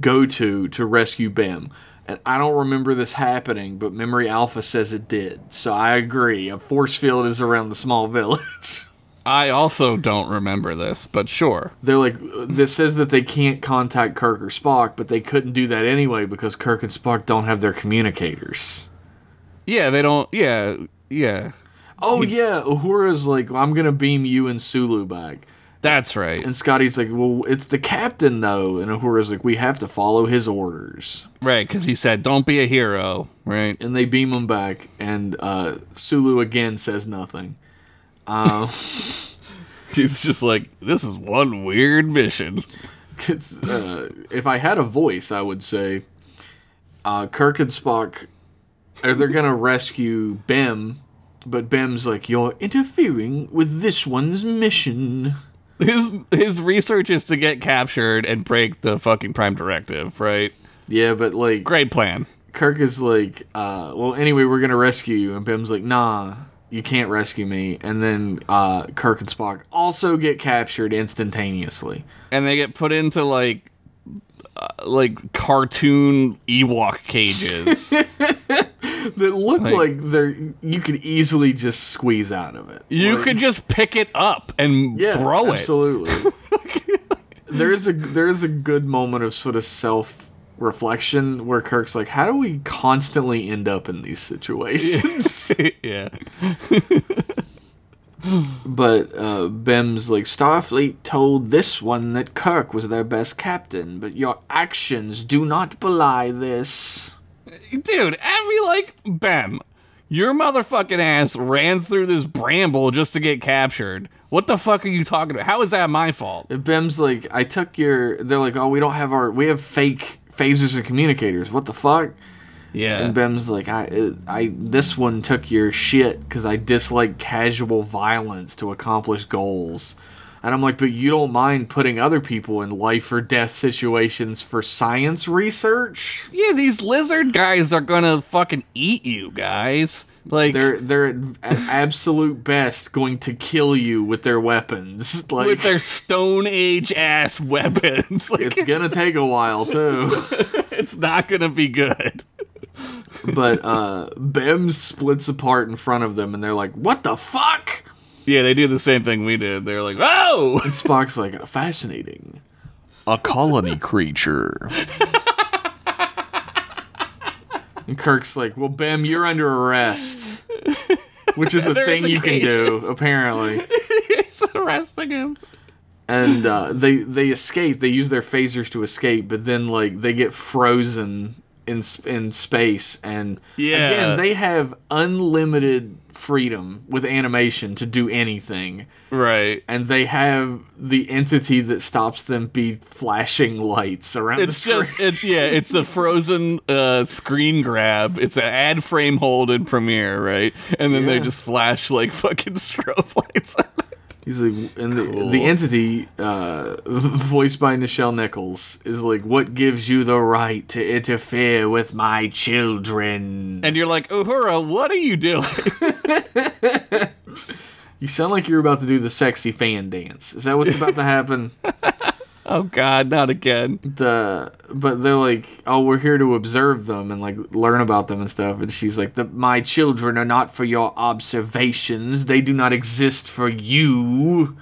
S1: go to to rescue Bim. And I don't remember this happening, but Memory Alpha says it did. So I agree. A force field is around the small village.
S2: I also don't remember this, but sure.
S1: They're like, this says that they can't contact Kirk or Spock, but they couldn't do that anyway because Kirk and Spock don't have their communicators.
S2: Yeah, they don't. Yeah, yeah,
S1: Oh, yeah. Uhura's like, I'm going to beam you and Sulu back.
S2: that's right.
S1: And Scotty's like, well, it's the captain, though. And Uhura's like, we have to follow his orders.
S2: Right, because he said, "Don't be a hero." Right.
S1: and they beam him back, and uh, Sulu again says nothing.
S2: He's just like, "This is one weird mission."
S1: 'Cause, uh, if I had a voice, I would say uh, Kirk and Spock are they're gonna rescue Bim, but Bim's like, "You're interfering with this one's mission."
S2: His his research is to get captured and break the fucking prime directive. Right.
S1: Yeah, but like
S2: Great plan.
S1: Kirk is like, uh, "Well, anyway, we're gonna rescue you," and Bim's like, "Nah." You can't rescue me, and then uh, Kirk and Spock also get captured instantaneously.
S2: and they get put into like uh, like cartoon Ewok cages.
S1: that look like,
S2: Like-
S1: they're you could easily just squeeze out of it.
S2: you
S1: Like,
S2: could just pick it up and
S1: yeah,
S2: throw it.
S1: Absolutely. there is a there is a good moment of sort of self reflection where Kirk's like, How do we constantly end up in these situations?
S2: yeah.
S1: but uh Bim's like Starfleet told this one that Kirk was their best captain, but your actions do not belie this.
S2: Dude, and we like Bem. Your motherfucking ass ran through this bramble just to get captured. What the fuck are you talking about? How is that my fault?
S1: Bim's like, I took your. They're like, oh, we don't have our. We have fake phasers and communicators. What the fuck?
S2: Yeah.
S1: And Bim's like, I, uh, I, this one took your shit because I dislike casual violence to accomplish goals. And I'm like, but you don't mind putting other people in life or death situations for science research?
S2: Yeah, these lizard guys are gonna fucking eat you guys. Like
S1: They're they're at absolute best going to kill you with their weapons. Like
S2: with their stone age ass weapons. Like
S1: it's gonna take a while too.
S2: it's not gonna be good.
S1: but uh Bem splits apart in front of them and they're like, What the fuck?
S2: Yeah, they do the same thing we did. They're like, "Oh,
S1: And Spock's like, fascinating.
S3: A colony creature.
S1: And Kirk's like, Well, Bem, you're under arrest. Which is a
S2: They're
S1: thing
S2: in the
S1: you can do,
S2: cages.
S1: apparently.
S2: he's arresting him."
S1: And uh, they they escape. They use their phasers to escape, but then like they get frozen in s- in space. And
S2: Yeah.
S1: again, they have unlimited freedom with animation to do anything.
S2: Right.
S1: and they have the entity that stops them be flashing lights around
S2: It's
S1: the screen.
S2: just it, yeah, it's a frozen uh, screen grab. It's an ad frame hold in Premiere, right? And then they
S1: Yeah.
S2: just flash like fucking strobe lights. on it.
S1: He's like, and the,
S2: Cool.
S1: the entity, uh, voiced by Nichelle Nichols, is like, "What gives you the right to interfere with my children?"
S2: and you're like, "Uhura, what are you doing?"
S1: You sound like you're about to do the sexy fan dance. Is that what's about to happen?
S2: oh God, not again.
S1: The but they're like, "Oh, we're here to observe them and like learn about them and stuff." And she's like, the, "My children are not for your observations. They do not exist for you."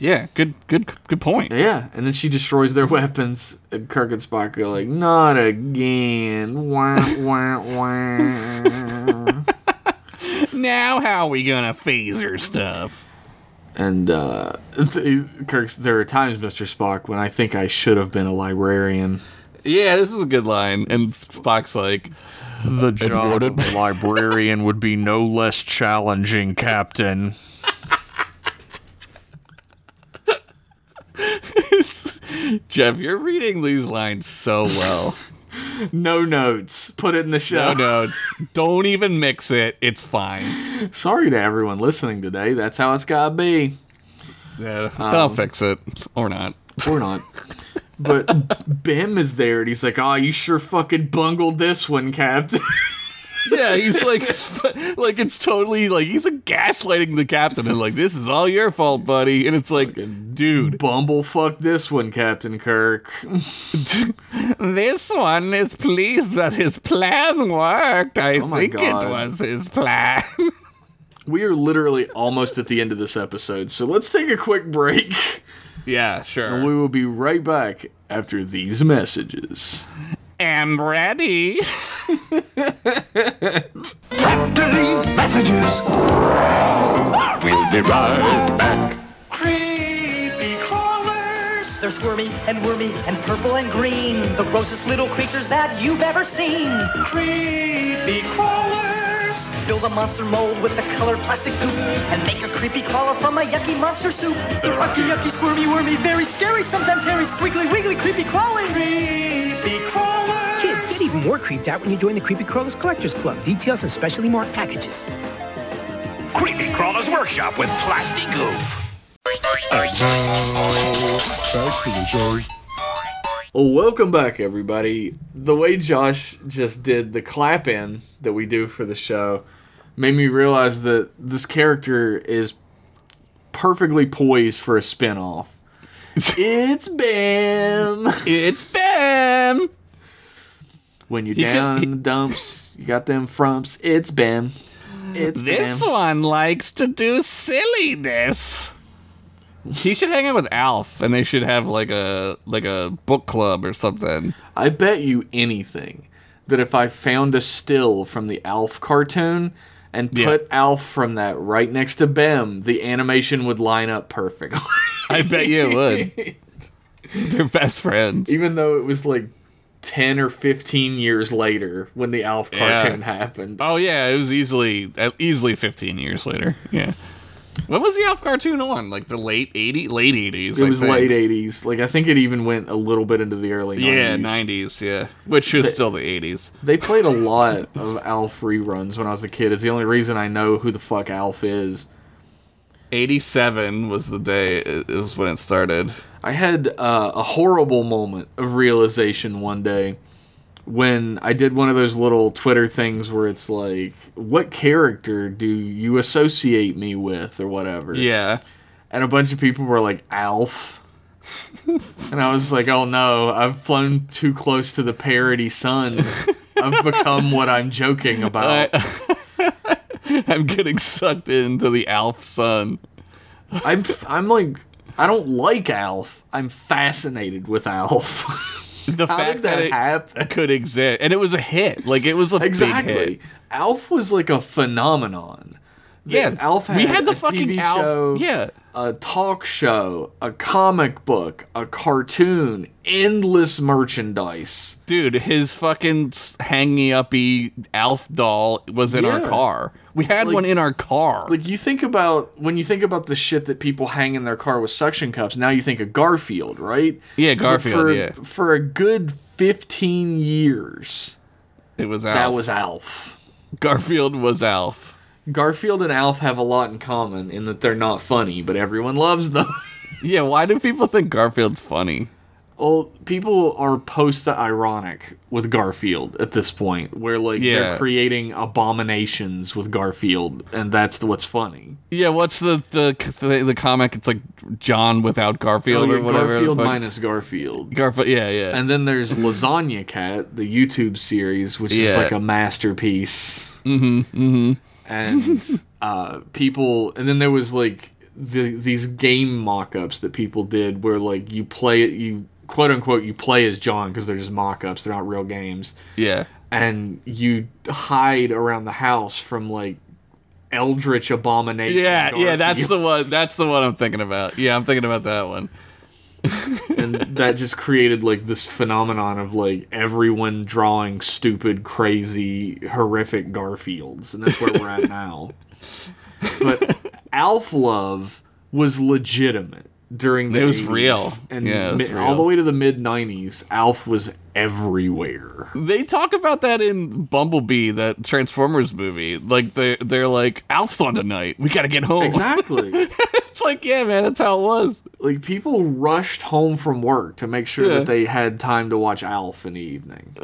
S2: Yeah, good, good, good point.
S1: Yeah, and then she destroys their weapons, and Kirk and Spock are like, "Not again!" Wah, wah, wah.
S2: Now, how we gonna phaser stuff?
S1: and uh, t- Kirk's. There are times, Mister Spock, when I think I should have been a librarian.
S2: Yeah, this is a good line. And Spock's like,
S3: The job of a librarian would be no less challenging, Captain.
S2: Jeff, you're reading these lines so well.
S1: No notes. Put it in the show.
S2: No notes. Don't even mix it. It's fine.
S1: Sorry to everyone listening today. That's how it's gotta be.
S2: Yeah, I'll fix it or not.
S1: Or not. But Bim is there and he's like, Oh, you sure fucking bungled this one, Captain.
S2: Yeah, he's like, sp- like it's totally like he's like gaslighting the captain and like this is all your fault, buddy. And it's like, dude,
S1: Bumblefuck this one, Captain Kirk.
S2: this one is pleased that his plan worked. I
S1: my
S2: think it
S1: God.
S2: was his plan.
S1: We are literally almost at the end of this episode, so let's take a quick break.
S2: yeah, sure.
S1: We will be right back after these messages.
S2: am ready.
S4: After these messages,
S3: We'll be right back.
S4: creepy crawlers.
S5: They're squirmy and wormy and purple and green, the grossest little creatures that you've ever seen.
S4: Creepy crawlers.
S5: Fill the monster mold with the colored plastic goop and make a creepy crawler from a yucky monster soup. They're ucky, yucky, squirmy, wormy, very scary, sometimes hairy, squiggly, wiggly, creepy crawling.
S4: Creepy crawlers.
S6: Kids, get even more creeped out when you join the Creepy Crawlers Collectors Club. Details and specially marked packages.
S4: Creepy crawlers workshop with plastic goof.
S1: Welcome back, everybody. The way Josh just did the clap in that we do for the show made me realize that this character is perfectly poised for a spinoff. it's Bam!
S2: It's Bam.
S1: When you're
S2: could-
S1: down in the dumps, you got them frumps. It's Bam. It's Bam.
S2: This one likes to do silliness. He should hang out with Alf, and they should have like a like a book club or something.
S1: I bet you anything that if I found a still from the Alf cartoon and
S2: Yeah.
S1: put Alf from that right next to Bem, the animation would line up perfectly.
S2: I bet you it would. They're best friends.
S1: Even though it was like 10 or 15 years later when the Alf
S2: Yeah.
S1: cartoon happened.
S2: Oh yeah, it was easily uh, easily 15 years later. Yeah. When was the Alf cartoon on? Like the late 80s, late 80s.
S1: It was late 80s. Like, I think it even went a little bit into the early 90s.
S2: Yeah, 90s. Yeah, which was still the 80s.
S1: They played a lot of Alf reruns when I was a kid. It's the only reason I know who the fuck Alf is.
S2: 87 was the day. It it was when it started.
S1: I had uh, a horrible moment of realization one day when I did one of those little Twitter things where it's like, what character do you associate me with or whatever?
S2: Yeah.
S1: And a bunch of people were like, Alf. and I was like, oh no, I've flown too close to the parody sun. I've become what I'm joking about.
S2: I'm getting sucked into the Alf sun.
S1: I'm, f- I'm like, I don't like Alf. I'm fascinated with Alf.
S2: The
S1: How
S2: fact
S1: did that,
S2: that it
S1: happen?
S2: could exist, and it was a hit. Like it was a big hit.
S1: Exactly. Alf was like a phenomenon.
S2: Yeah,
S1: Alf
S2: we
S1: had
S2: had the
S1: a
S2: fucking
S1: TV
S2: Alf.
S1: show.
S2: Yeah,
S1: A talk show, a comic book, a cartoon, endless merchandise.
S2: dude, his fucking s- hangy uppy Alf doll was in our
S1: Yeah.
S2: car. We had one in our car.
S1: Like you think about when you think about the shit that people hang in their car with suction cups, now you think of Garfield, right?
S2: yeah,
S1: But
S2: Garfield.
S1: for,
S2: yeah,
S1: For a good 15 years,
S2: it was Alf.
S1: that was Alf.
S2: Garfield was Alf.
S1: Garfield and Alf have a lot in common in that they're not funny, but everyone loves them.
S2: Yeah, why do people think Garfield's funny?
S1: Well, people are post ironic with Garfield at this point, where like
S2: Yeah.
S1: they're creating abominations with Garfield, and that's the, what's funny.
S2: Yeah, what's the the the, the comic? It's like John without Garfield
S1: Oh,
S2: or
S1: yeah,
S2: whatever. the
S1: Garfield
S2: fuck-
S1: minus Garfield,
S2: Garfield. Yeah, yeah.
S1: and then there's Lasagna Cat, the YouTube series, which is
S2: Yeah.
S1: like a masterpiece. Mm-hmm. Mm-hmm. And uh, people, and then there was like the, these game mock-ups that people did, where like you play it, you quote unquote you play as John because they're just mock-ups, they're not real games.
S2: yeah.
S1: and you hide around the house from like eldritch abomination.
S2: Yeah, yeah, that's
S1: Garfield.
S2: the one. That's the one I'm thinking about. Yeah, I'm thinking about that one.
S1: and that just created like this phenomenon of like everyone drawing stupid, crazy, horrific Garfields, and that's where we're at now. But Alf Love was legitimate. during the
S2: It was
S1: 80s.
S2: real.
S1: and
S2: Yeah, it was
S1: mi-
S2: real.
S1: all the way to the mid 90s alf was everywhere
S2: They talk about that in Bumblebee, that Transformers movie. Like they they're like, Alf's on tonight. We gotta get home.
S1: exactly
S2: it's like, yeah, man, that's how it was.
S1: like people rushed home from work to make sure
S2: Yeah.
S1: that they had time to watch alf in the evening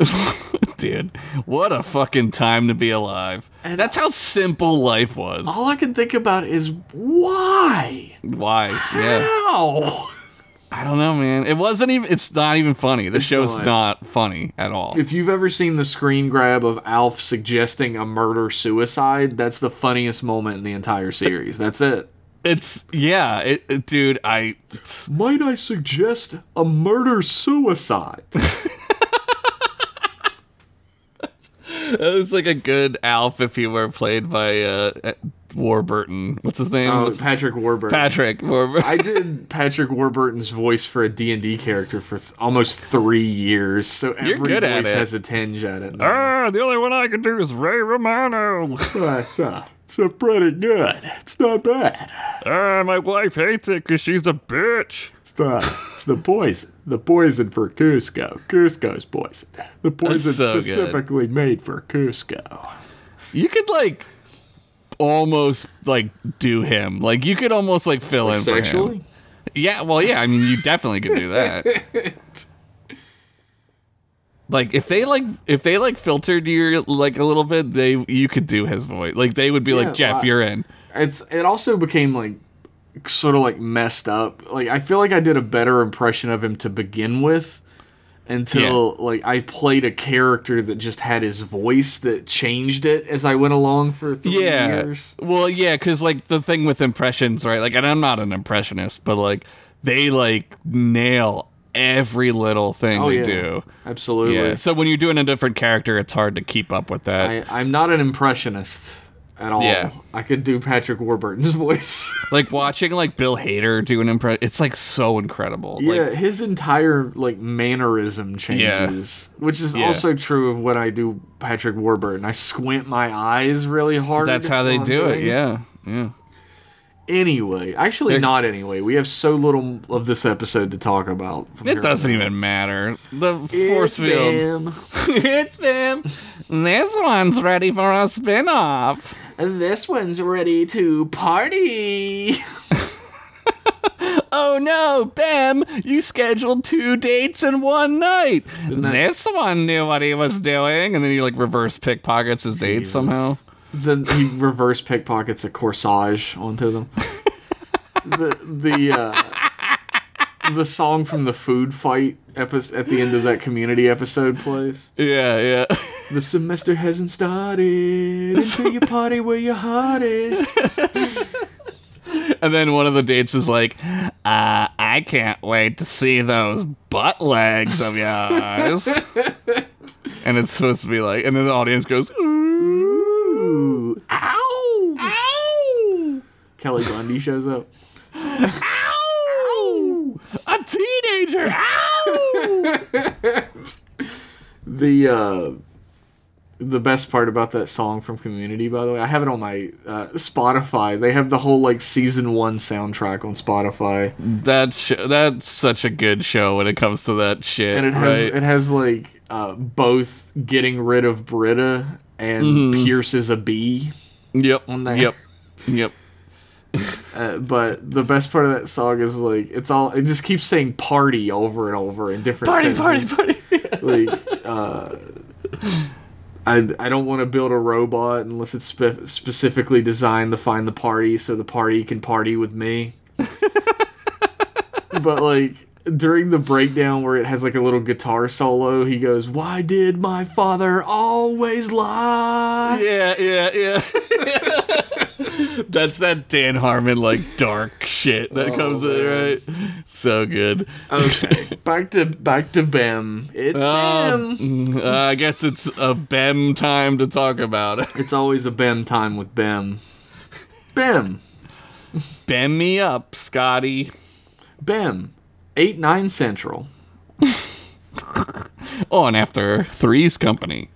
S2: Dude, what a fucking time to be alive.
S1: And-
S2: that's how simple life was.
S1: all i can think about is why
S2: Why? Yeah.
S1: how
S2: I don't know, man. It wasn't even it's not even funny. The show's
S1: not.
S2: not funny at all.
S1: if you've ever seen the screen grab of alf suggesting a murder suicide that's the funniest moment in the entire series that's it
S2: It's yeah, it, it- dude, I
S1: might i suggest a murder suicide
S2: That was like a good Alf if he were played by uh, uh, Warburton. What's his name?
S1: oh,
S2: What's-
S1: patrick warburton
S2: Patrick Warburton.
S1: I did Patrick Warburton's voice for a D&D character for th- almost three years, so every
S2: good at
S1: voice
S2: it.
S1: has a tinge at it.
S3: Ah, the only one I can do is Ray Romano.
S1: it's, uh, it's uh, pretty good. It's not bad.
S3: Ah, my wife hates it because she's a bitch.
S1: It's not. It's the poison. The poison for Cusco. Cusco's poison. The poison
S2: so good.
S1: specifically made for Cusco.
S2: you could like almost like do him. Like you could almost like fill in for him. Yeah, well, yeah. I mean, you definitely could do that. like if they like if they like filtered you like a little bit, they you could do his voice. Like they would be
S1: Yeah,
S2: like Jeff,
S1: I-
S2: you're in.
S1: It's it also became like sort of like messed up. Like I feel like I did a better impression of him to begin with until like I played a character that just had his voice that changed it as I went along for three
S2: yeah.
S1: years.
S2: Well, yeah, because like the thing with impressions, right? Like, and I'm not an impressionist, but like they like nail every little thing
S1: Oh
S2: they
S1: yeah,
S2: do.
S1: absolutely.
S2: Yeah. So when you're doing a different character, it's hard to keep up with that.
S1: I, I'm not an impressionist at all.
S2: Yeah.
S1: I could do Patrick Warburton's voice.
S2: like watching like Bill Hader do an impression, it's like so incredible.
S1: yeah,
S2: Like,
S1: his entire like mannerism changes, which is
S2: Yeah.
S1: also true of when I do Patrick Warburton. I squint my eyes really hard.
S2: that's how they
S1: while I'm
S2: do it.
S1: doing
S2: Yeah. Yeah.
S1: Anyway, actually,
S2: They're-
S1: not anyway. We have so little of this episode to talk about. from here
S2: It
S1: on
S2: doesn't
S1: out.
S2: even matter. The
S1: It's
S2: force field.
S1: them,
S2: it's them. This one's ready for a spin off.
S1: and this one's ready to party.
S2: Oh no, Bam, you scheduled two dates in one night. This one knew what he was doing. And then he like reverse pickpockets his dates somehow.
S1: Then he reverse pickpockets a corsage onto them. the the uh, the song from the food fight episode at the end of that community episode plays.
S2: Yeah, yeah.
S1: The semester hasn't started until you party where your heart is.
S2: And then one of the dates is like, uh, I can't wait to see those butt legs of yours. and it's supposed to be like, and then the audience goes,
S1: Ooh, ow!
S2: Ow!
S1: Kelly Bundy shows up.
S2: Ow! A teenager! Ow!
S1: The uh, the best part about that song from Community, by the way, I have it on my uh, Spotify. They have the whole like season one soundtrack on Spotify,
S2: that sh- that's such a good show when it comes to that shit.
S1: and it has
S2: right?
S1: it has like uh, both getting rid of Britta and
S2: Mm-hmm.
S1: Pierce is a bee.
S2: Yep.
S1: on there.
S2: Yep. Yep.
S1: Uh, but the best part of that song is like it's all it just keeps saying party over and over in different sentences.
S2: party.
S1: like uh I, I don't want to build a robot unless it's spe- specifically designed to find the party so the party can party with me. but like during the breakdown where it has like a little guitar solo, he goes, "Why did my father always lie?"
S2: Yeah, yeah, yeah. That's that Dan Harmon like dark shit that comes in, right? So good.
S1: Okay. back to back to Bem. It's
S2: Um,
S1: Bem.
S2: mm, uh, I guess it's a BEM time to talk about it.
S1: It's always a Bem time with Bem. Bem.
S2: BEM me up, Scotty.
S1: Bem. 8 9 Central.
S2: On after Three's Company.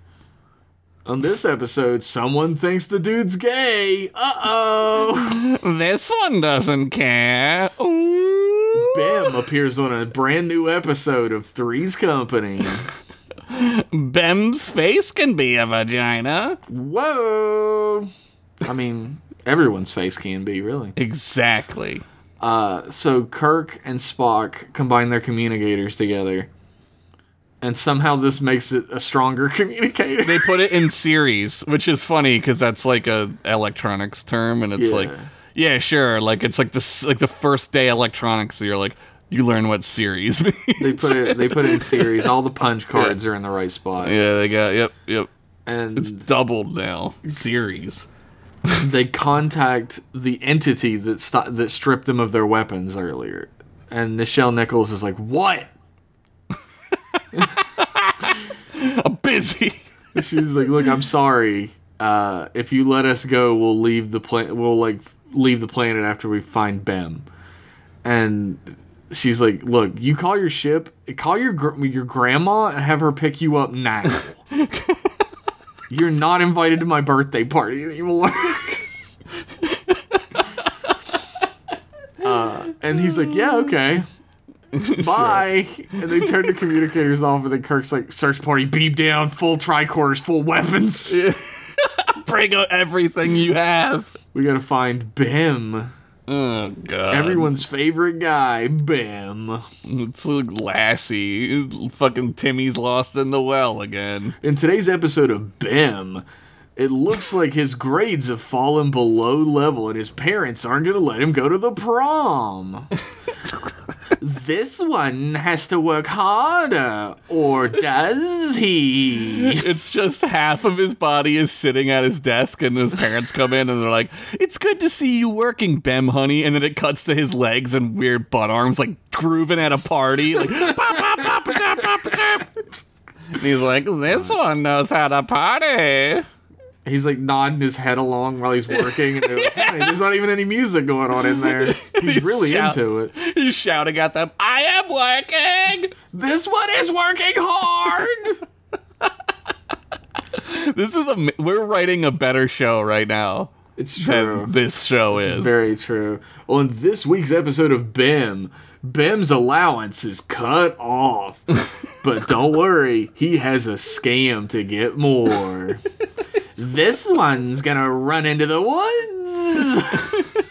S1: On this episode, someone thinks the dude's gay. Uh oh.
S2: This one doesn't care. Ooh.
S1: Bem appears on a brand new episode of Three's Company.
S2: Bem's face can be a vagina.
S1: Whoa! I mean, everyone's face can be, really.
S2: Exactly.
S1: So Kirk and Spock combine their communicators together. And somehow this makes it a stronger communicator.
S2: They put it in series, which is funny because that's like a electronics term, and it's
S1: Yeah.
S2: like, yeah, sure, like it's like this, like the first day electronics. So you're like, you learn what series means.
S1: They put it. They put it in series. All the punch cards are in the right spot,
S2: yeah, they got yep, yep. It's
S1: and
S2: doubled now. Series.
S1: they contact the entity that sto- that stripped them of their weapons earlier. And Nichelle Nichols is like, "What?"
S2: I'm busy.
S1: She's like, "Look, I'm sorry. Uh, if you let us go, we'll leave the planet. We'll like leave the planet after we find Bem." And she's like, "Look, you call your ship, call your gr- your grandma, and have her pick you up now. You're not invited to my birthday party anymore." Uh, and he's like, "Yeah, okay." Bye. And they turn the communicators off, and then Kirk's like, "Search party, beam down, full tricorders, full weapons.
S2: Bring out everything you have.
S1: We gotta find Bim,
S2: Oh god.
S1: everyone's favorite guy, Bim."
S2: It's like Lassie. Fucking Timmy's lost in the well again.
S1: In today's episode of Bim, it looks like his grades have fallen below level, and his parents aren't gonna let him go to the prom. This one has to work harder, or does he?
S2: It's just half of his body is sitting at his desk, and his parents come in and they're like, It's good to see you working, Bem, honey. And then it cuts to his legs and weird butt arms, like grooving at a party. Like, pop, pop, pop, pop, pop, pop. And he's like, This one knows how to party.
S1: He's like nodding his head along while he's working, and they're like, hey, there's not even any music going on in there. He's really
S2: shout-
S1: into it.
S2: He's shouting at them, I am working.
S1: This one is working hard.
S2: This is a. m- We're writing a better show right now
S1: It's true.
S2: than this show is.
S1: Very true. On this week's episode of Bim, Bim's allowance is cut off. but don't worry, he has a scam to get more. this one's gonna run into the woods.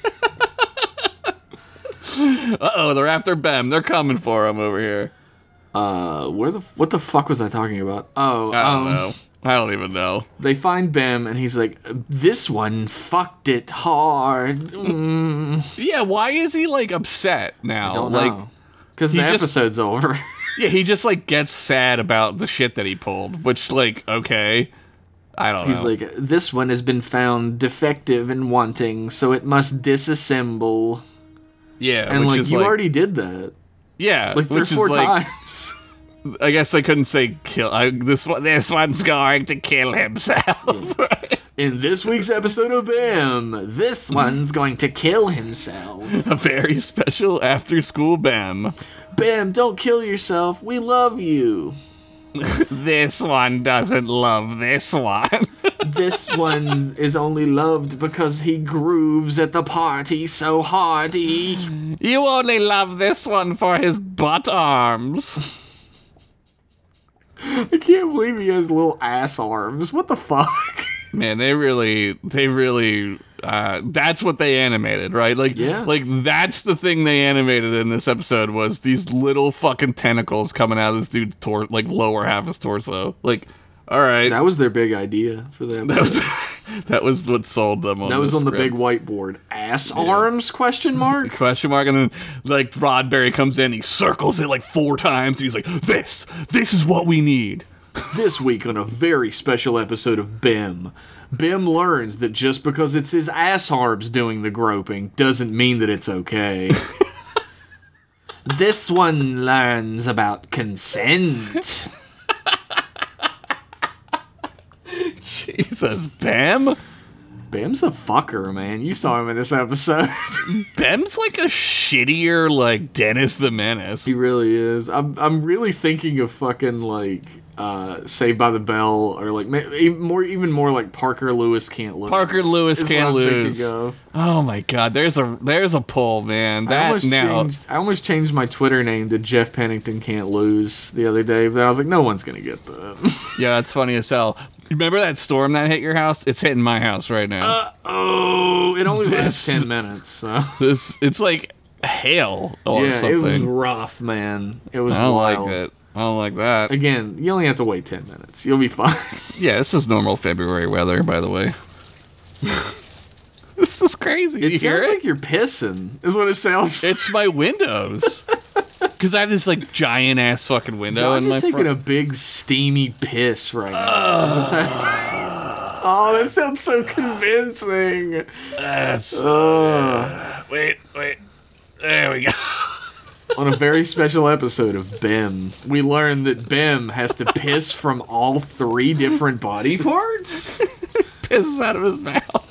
S2: Uh oh, they're after Bem. They're coming for him over here.
S1: Uh, where the what the fuck was I talking about? Oh,
S2: I don't
S1: um,
S2: know. I don't even know.
S1: They find Bim and he's like, "This one fucked it hard."
S2: Yeah, why is he like upset now?
S1: Don't
S2: Oh, like,
S1: know because
S2: he
S1: the
S2: just-
S1: episode's over.
S2: yeah, he just like gets sad about the shit that he pulled, which like, okay, I don't
S1: he's
S2: know.
S1: like, "This one has been found defective and wanting, so it must disassemble."
S2: yeah,
S1: And
S2: which
S1: like,
S2: is
S1: you
S2: like,
S1: already did that
S2: yeah,
S1: like three or
S2: which
S1: four
S2: is like,
S1: times.
S2: I guess they couldn't say kill. I, this one, this one's going to kill himself.
S1: In this week's episode of Bim, this one's going to kill himself.
S2: a very special after-school bam.
S1: Bim, don't kill yourself. We love you.
S2: This one doesn't love this one.
S1: This one is only loved because he grooves at the party so hardy.
S2: You only love this one for his butt arms.
S1: I can't believe he has little ass arms. What the fuck?
S2: Man, they really, they really, uh, that's what they animated, right? Like,
S1: Yeah.
S2: like that's the thing they animated in this episode was these little fucking tentacles coming out of this dude's tor- like lower half of his torso. Like, all right,
S1: That was their big idea for the episode.
S2: that was, that was what sold them. On
S1: That was
S2: this
S1: on the big
S2: script.
S1: whiteboard. Ass arms? Question mark.
S2: question mark, and then like Rodberry comes in, he circles it like four times, and he's like, "This, this is what we need."
S1: this week on a very special episode of Bim, Bim learns that just because it's his ass arms doing the groping doesn't mean that it's okay. this one learns about consent.
S2: Jesus, Bam.
S1: Bim's a fucker, man. You saw him in this episode.
S2: Bem's like a shittier like Dennis the Menace.
S1: He really is. I'm I'm really thinking of fucking like uh, Saved by the Bell, or like ma- even more, even more like Parker Lewis can't lose.
S2: Parker Lewis
S1: is what
S2: can't
S1: I'm thinking
S2: lose.
S1: of.
S2: Oh my god, there's a there's a pull, man.
S1: I
S2: That
S1: almost
S2: now
S1: changed. I almost changed my Twitter name to Jeff Pennington can't lose the other day, but then I was like, no one's gonna get that.
S2: Yeah, that's funny as hell. Remember that storm that hit your house? It's hitting my house right now.
S1: Uh, oh, it only lasts
S2: This-
S1: ten minutes. So.
S2: this it's like hail or
S1: yeah, it was
S2: something.
S1: rough, man. It was.
S2: I don't
S1: wild.
S2: like it. I don't like that.
S1: Again, you only have to wait ten minutes. You'll be fine.
S2: Yeah, this is normal February weather, by the way. this is crazy.
S1: It
S2: you hear
S1: sounds
S2: it?
S1: like you're pissing. Is what it sounds.
S2: it's my windows. Because I have this like giant ass fucking window
S1: John's
S2: in my
S1: just taking
S2: front.
S1: a big steamy piss right now. oh, that sounds so convincing.
S2: That's-
S1: Uh,
S2: wait, wait. There we go.
S1: on a very special episode of Bim, we learned that Bim has to piss from all three different body parts.
S2: Pisses out of his mouth.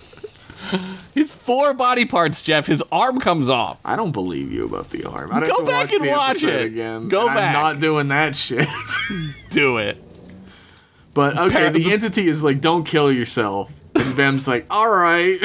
S2: He's four body parts, Jeff. His arm comes off.
S1: I don't believe you about the arm. I
S2: Go
S1: have to
S2: back
S1: watch
S2: and
S1: the
S2: watch
S1: episode
S2: it.
S1: again.
S2: Go
S1: and
S2: back.
S1: I'm not doing that shit.
S2: Do it.
S1: But okay,
S2: Pat-
S1: the entity is like, "Don't kill yourself," and Bim's like, "All right."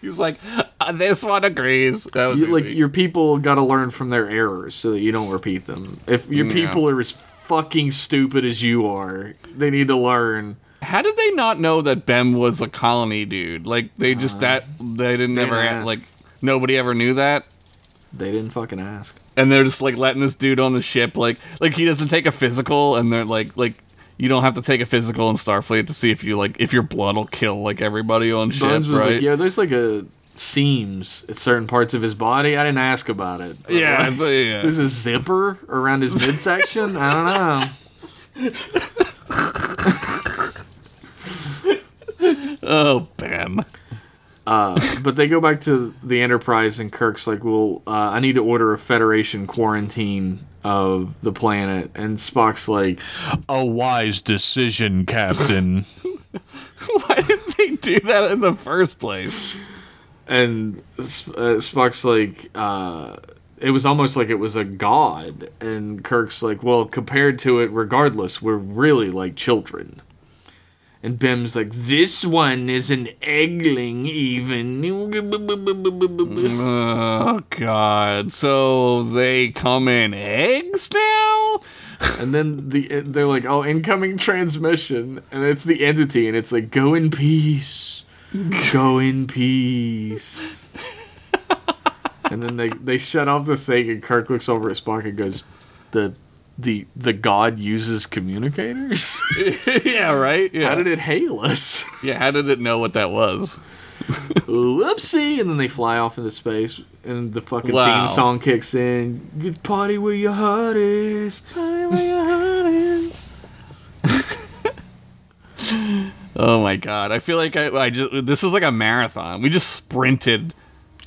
S2: He's like, uh, this one agrees. That was
S1: You- like
S2: easy.
S1: your people got to learn from their errors so that you don't repeat them. If your
S2: Mm, Yeah.
S1: people are as fucking stupid as you are, they need to learn.
S2: How did they not know that Bem was a colony dude? Like they just that they didn't ever
S1: Uh, didn't ask.
S2: like nobody ever knew that,
S1: They didn't fucking ask.
S2: and they're just like letting this dude on the ship. Like like he doesn't take a physical, and they're like like you don't have to take a physical in Starfleet to see if you like if your blood will kill like everybody on ship,
S1: Bones was
S2: right?
S1: like, "Yeah, there's like a seams at certain parts of his body. I didn't ask about it. But,
S2: Yeah,
S1: like,
S2: I thought- yeah.
S1: There's a zipper around his midsection. I don't know.
S2: Oh, Bem.
S1: But they go back to the Enterprise, and Kirk's like, "Well, uh, I need to order a Federation quarantine of the planet." And Spock's like,
S3: A wise decision, Captain.
S2: Why did they do that in the first place?
S1: and S- uh, Spock's like, uh, "It was almost like it was a god." And Kirk's like, "Well, compared to it, regardless, we're really like children." And Bim's like, "This one is an eggling, even."
S2: Oh God! So they come in eggs now?
S1: And then the they're like, "Oh, incoming transmission," and it's the entity, and it's like, "Go in peace, go in peace." and then they they shut off the thing, and Kirk looks over at Spock and goes, "the the the God uses communicators.
S2: yeah, right. Yeah.
S1: How did it hail us?
S2: Yeah, how did it know what that was?
S1: Whoopsie!" And then they fly off into space, and the fucking
S2: Wow.
S1: theme song kicks in. Good party where your heart is. Party where your heart is.
S2: Oh my god, I feel like I, I just this was like a marathon. We just sprinted.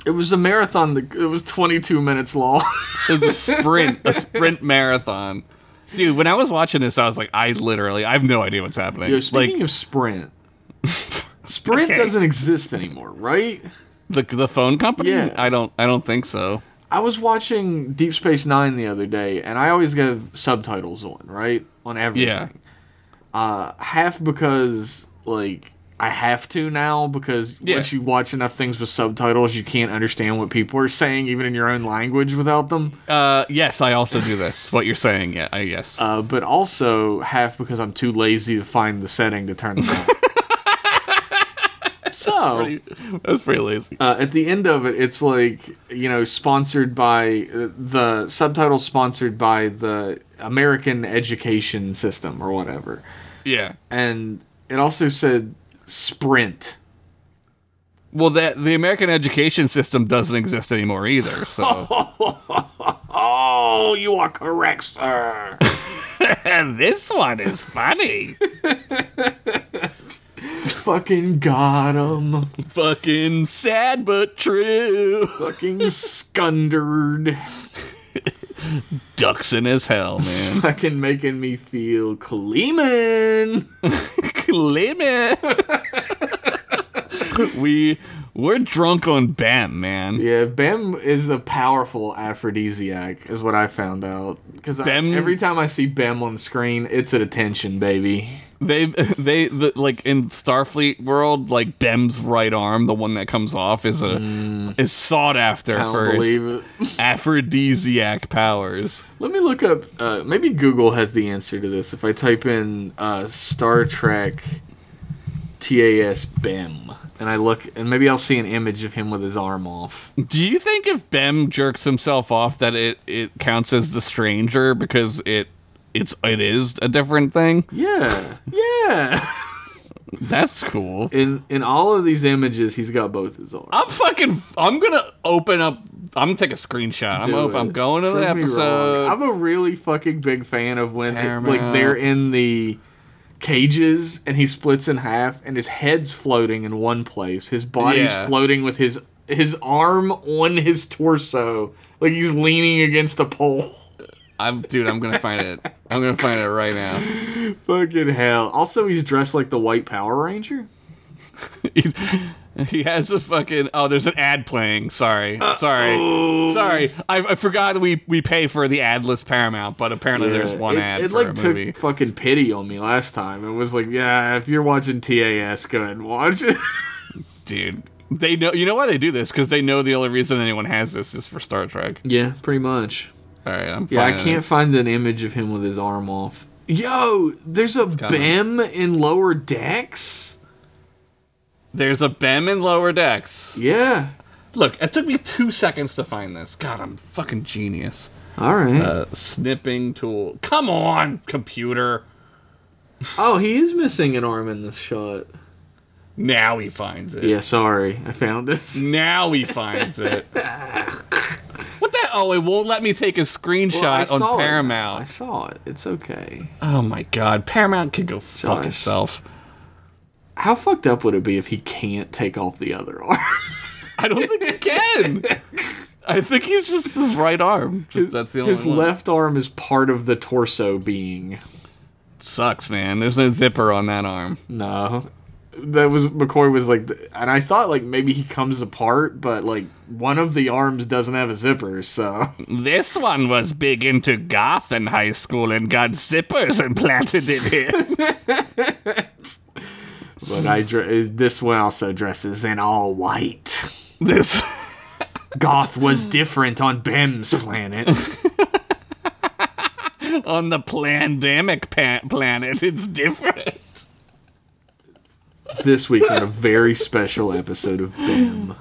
S1: It was a marathon. That, it was 22 minutes long.
S2: It was a sprint, a sprint marathon. Dude, when I was watching this, I was like, I literally, I have no idea what's happening.
S1: Yo, speaking
S2: like
S1: of Sprint, Sprint doesn't exist anymore, right?
S2: the the phone company.
S1: Yeah.
S2: I don't, I don't think so.
S1: I was watching Deep Space Nine the other day, and I always have subtitles on, right? On everything.
S2: Yeah,
S1: Half because, like, I have to now because
S2: Yeah.
S1: once you watch enough things with subtitles, you can't understand what people are saying, even in your own language, without them.
S2: uh, yes, I also do this. What you're saying, yeah, I guess.
S1: Uh, but also half because I'm too lazy to find the setting to turn them on. so.
S2: That's pretty lazy.
S1: uh, at the end of it, it's like you know, sponsored by uh, the subtitle, sponsored by the American education system or whatever,
S2: yeah.
S1: and it also said Sprint.
S2: Well, that the American education system doesn't exist anymore either. So
S1: Oh, you are correct, sir.
S2: this one is funny.
S1: Fucking got him.
S2: Fucking sad but true.
S1: Fucking scundered.
S2: Duxing as hell, man.
S1: Fucking making me feel Cleman.
S2: Clement. we We're drunk on Bam, man.
S1: Yeah, Bem is a powerful aphrodisiac, is what I found out. Because
S2: Bem-
S1: every time I see Bem on the screen, it's at attention, baby.
S2: They, they, the, like in Starfleet world, like Bem's right arm, the one that comes off, is a is sought after
S1: I don't
S2: for
S1: believe
S2: its
S1: it.
S2: aphrodisiac powers.
S1: Let me look up. Uh, maybe Google has the answer to this. If I type in uh, Star Trek TAS Bem, and I look, and maybe I'll see an image of him with his arm off.
S2: Do you think if Bem jerks himself off, that it it counts as the stranger because it it's it is a different thing?
S1: Yeah, yeah.
S2: That's cool.
S1: In in all of these images, he's got both his arms.
S2: I'm fucking. I'm gonna open up. I'm gonna take a screenshot. I'm
S1: do
S2: op-
S1: it.
S2: I'm going to
S1: Prove
S2: the
S1: me wrong.
S2: episode.
S1: I'm a really fucking big fan of when it- like
S2: Paramount.
S1: they're in the cages and he splits in half and his head's floating in one place. His body's
S2: Yeah.
S1: floating with his his arm on his torso. Like he's leaning against a pole.
S2: I'm dude. I'm gonna find it. I'm gonna find it right now.
S1: Fucking hell. Also he's dressed like the white Power Ranger.
S2: he, he has a fucking oh there's an ad playing sorry sorry sorry I, I forgot we we pay for the adless paramount but apparently there's
S1: Yeah.
S2: one
S1: it,
S2: ad
S1: It
S2: for
S1: like
S2: a
S1: took
S2: movie
S1: fucking pity on me last time. It was like, yeah, if you're watching TAS, go ahead and watch it.
S2: dude they know you know why they do this because they know the only reason anyone has this is for star trek
S1: yeah, pretty much.
S2: all right i'm
S1: Yeah, I
S2: finding
S1: can't
S2: it.
S1: find an image of him with his arm off. Yo, there's a BIM in lower decks?
S2: there's a bem in lower decks
S1: Yeah.
S2: look it took me two seconds to find this god i'm fucking genius
S1: All right.
S2: uh, snipping tool come on computer
S1: oh, he is missing an arm in this shot.
S2: now he finds it
S1: Yeah, sorry. I found this.
S2: Now he finds it. what the? Oh, it won't let me take a screenshot on
S1: It. I
S2: Paramount.
S1: saw it. It's okay.
S2: Oh my god, Paramount could go fuck
S1: Josh.
S2: itself.
S1: How fucked up would it be if he can't take off the other arm?
S2: I don't think it can. I think he's just his right arm. Just that's the only
S1: His
S2: one.
S1: left arm is part of the torso being.
S2: sucks, man. There's no zipper on that arm.
S1: No. That was McCoy was like, and I thought like maybe he comes apart, but like one of the arms doesn't have a zipper, so.
S2: This one was big into goth in high school and got zippers implanted in him.
S1: But I dre- this one also dresses in all white.
S2: this.
S1: Goth was different on Bem's planet.
S2: On the pandemic pa- planet, it's different.
S1: this week on a very special episode of Bem.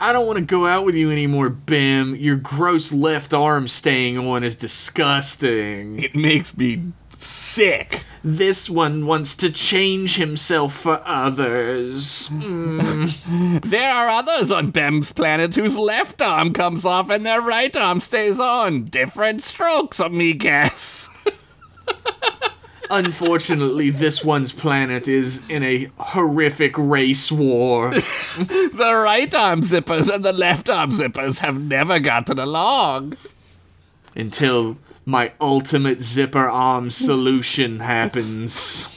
S1: I don't want to go out with you anymore, Bem. Your gross left arm staying on is disgusting.
S2: It makes me sick.
S1: This one wants to change himself for others.
S2: There are others on Bem's planet whose left arm comes off and their right arm stays on. Different strokes, amigas.
S1: Unfortunately, this one's planet is in a horrific race war.
S2: The right arm zippers and the left arm zippers have never gotten along.
S1: until my ultimate zipper arm solution happens.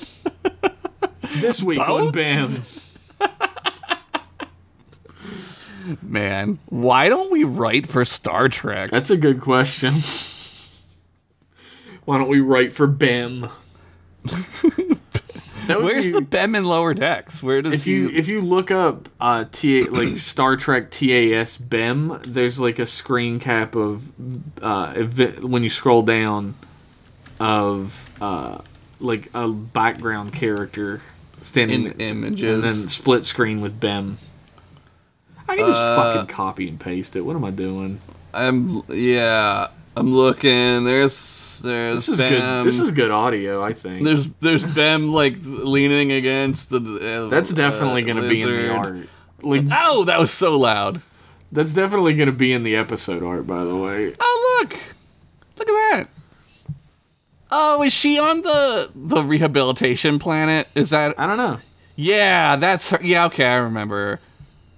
S1: this week on
S2: Both?
S1: BAM.
S2: Man, why don't we write for Star Trek?
S1: That's a good question. Why don't we write for BAM? That would
S2: Where's
S1: be-
S2: the Bem in Lower Decks? Where does
S1: if you
S2: he?
S1: if you look up uh T like Star Trek TAS BEM, there's like a screen cap of uh ev- when you scroll down of uh like a background character standing
S2: In
S1: there.
S2: images.
S1: and then split screen with BEM. I can just
S2: Uh,
S1: fucking copy and paste it. What am I doing?
S2: I'm yeah. I'm looking. There's there's
S1: This is good. This is good audio, I think.
S2: there's there's Bem like leaning against the. Uh,
S1: That's definitely
S2: uh,
S1: going to be in the
S2: lizard.
S1: art. Like
S2: Oh, that was so loud.
S1: that's definitely going to be in the episode art by the way.
S2: Oh look, look at that. Oh, is she on the the rehabilitation planet? Is that?
S1: I don't know.
S2: Yeah, that's her. Yeah, okay, I remember.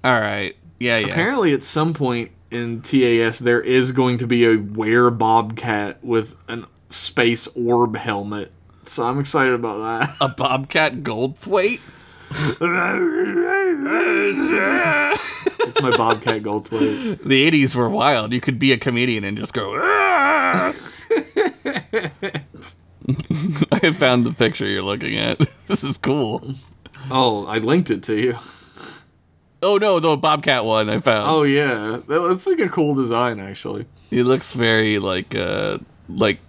S2: All right. Yeah, yeah.
S1: Apparently, at some point in TAS, there is going to be a wear bobcat with an space orb helmet. So I'm excited about
S2: A Bobcat Goldthwait.
S1: that. It's my Bobcat Goldthwait.
S2: The 80s were wild. You could be a comedian and just go. "Ah!" I found the picture you're looking at. This is cool.
S1: Oh, I linked it to you.
S2: Oh no, the Bobcat one I found.
S1: Oh yeah, That- that's like a cool design actually.
S2: He looks very like uh like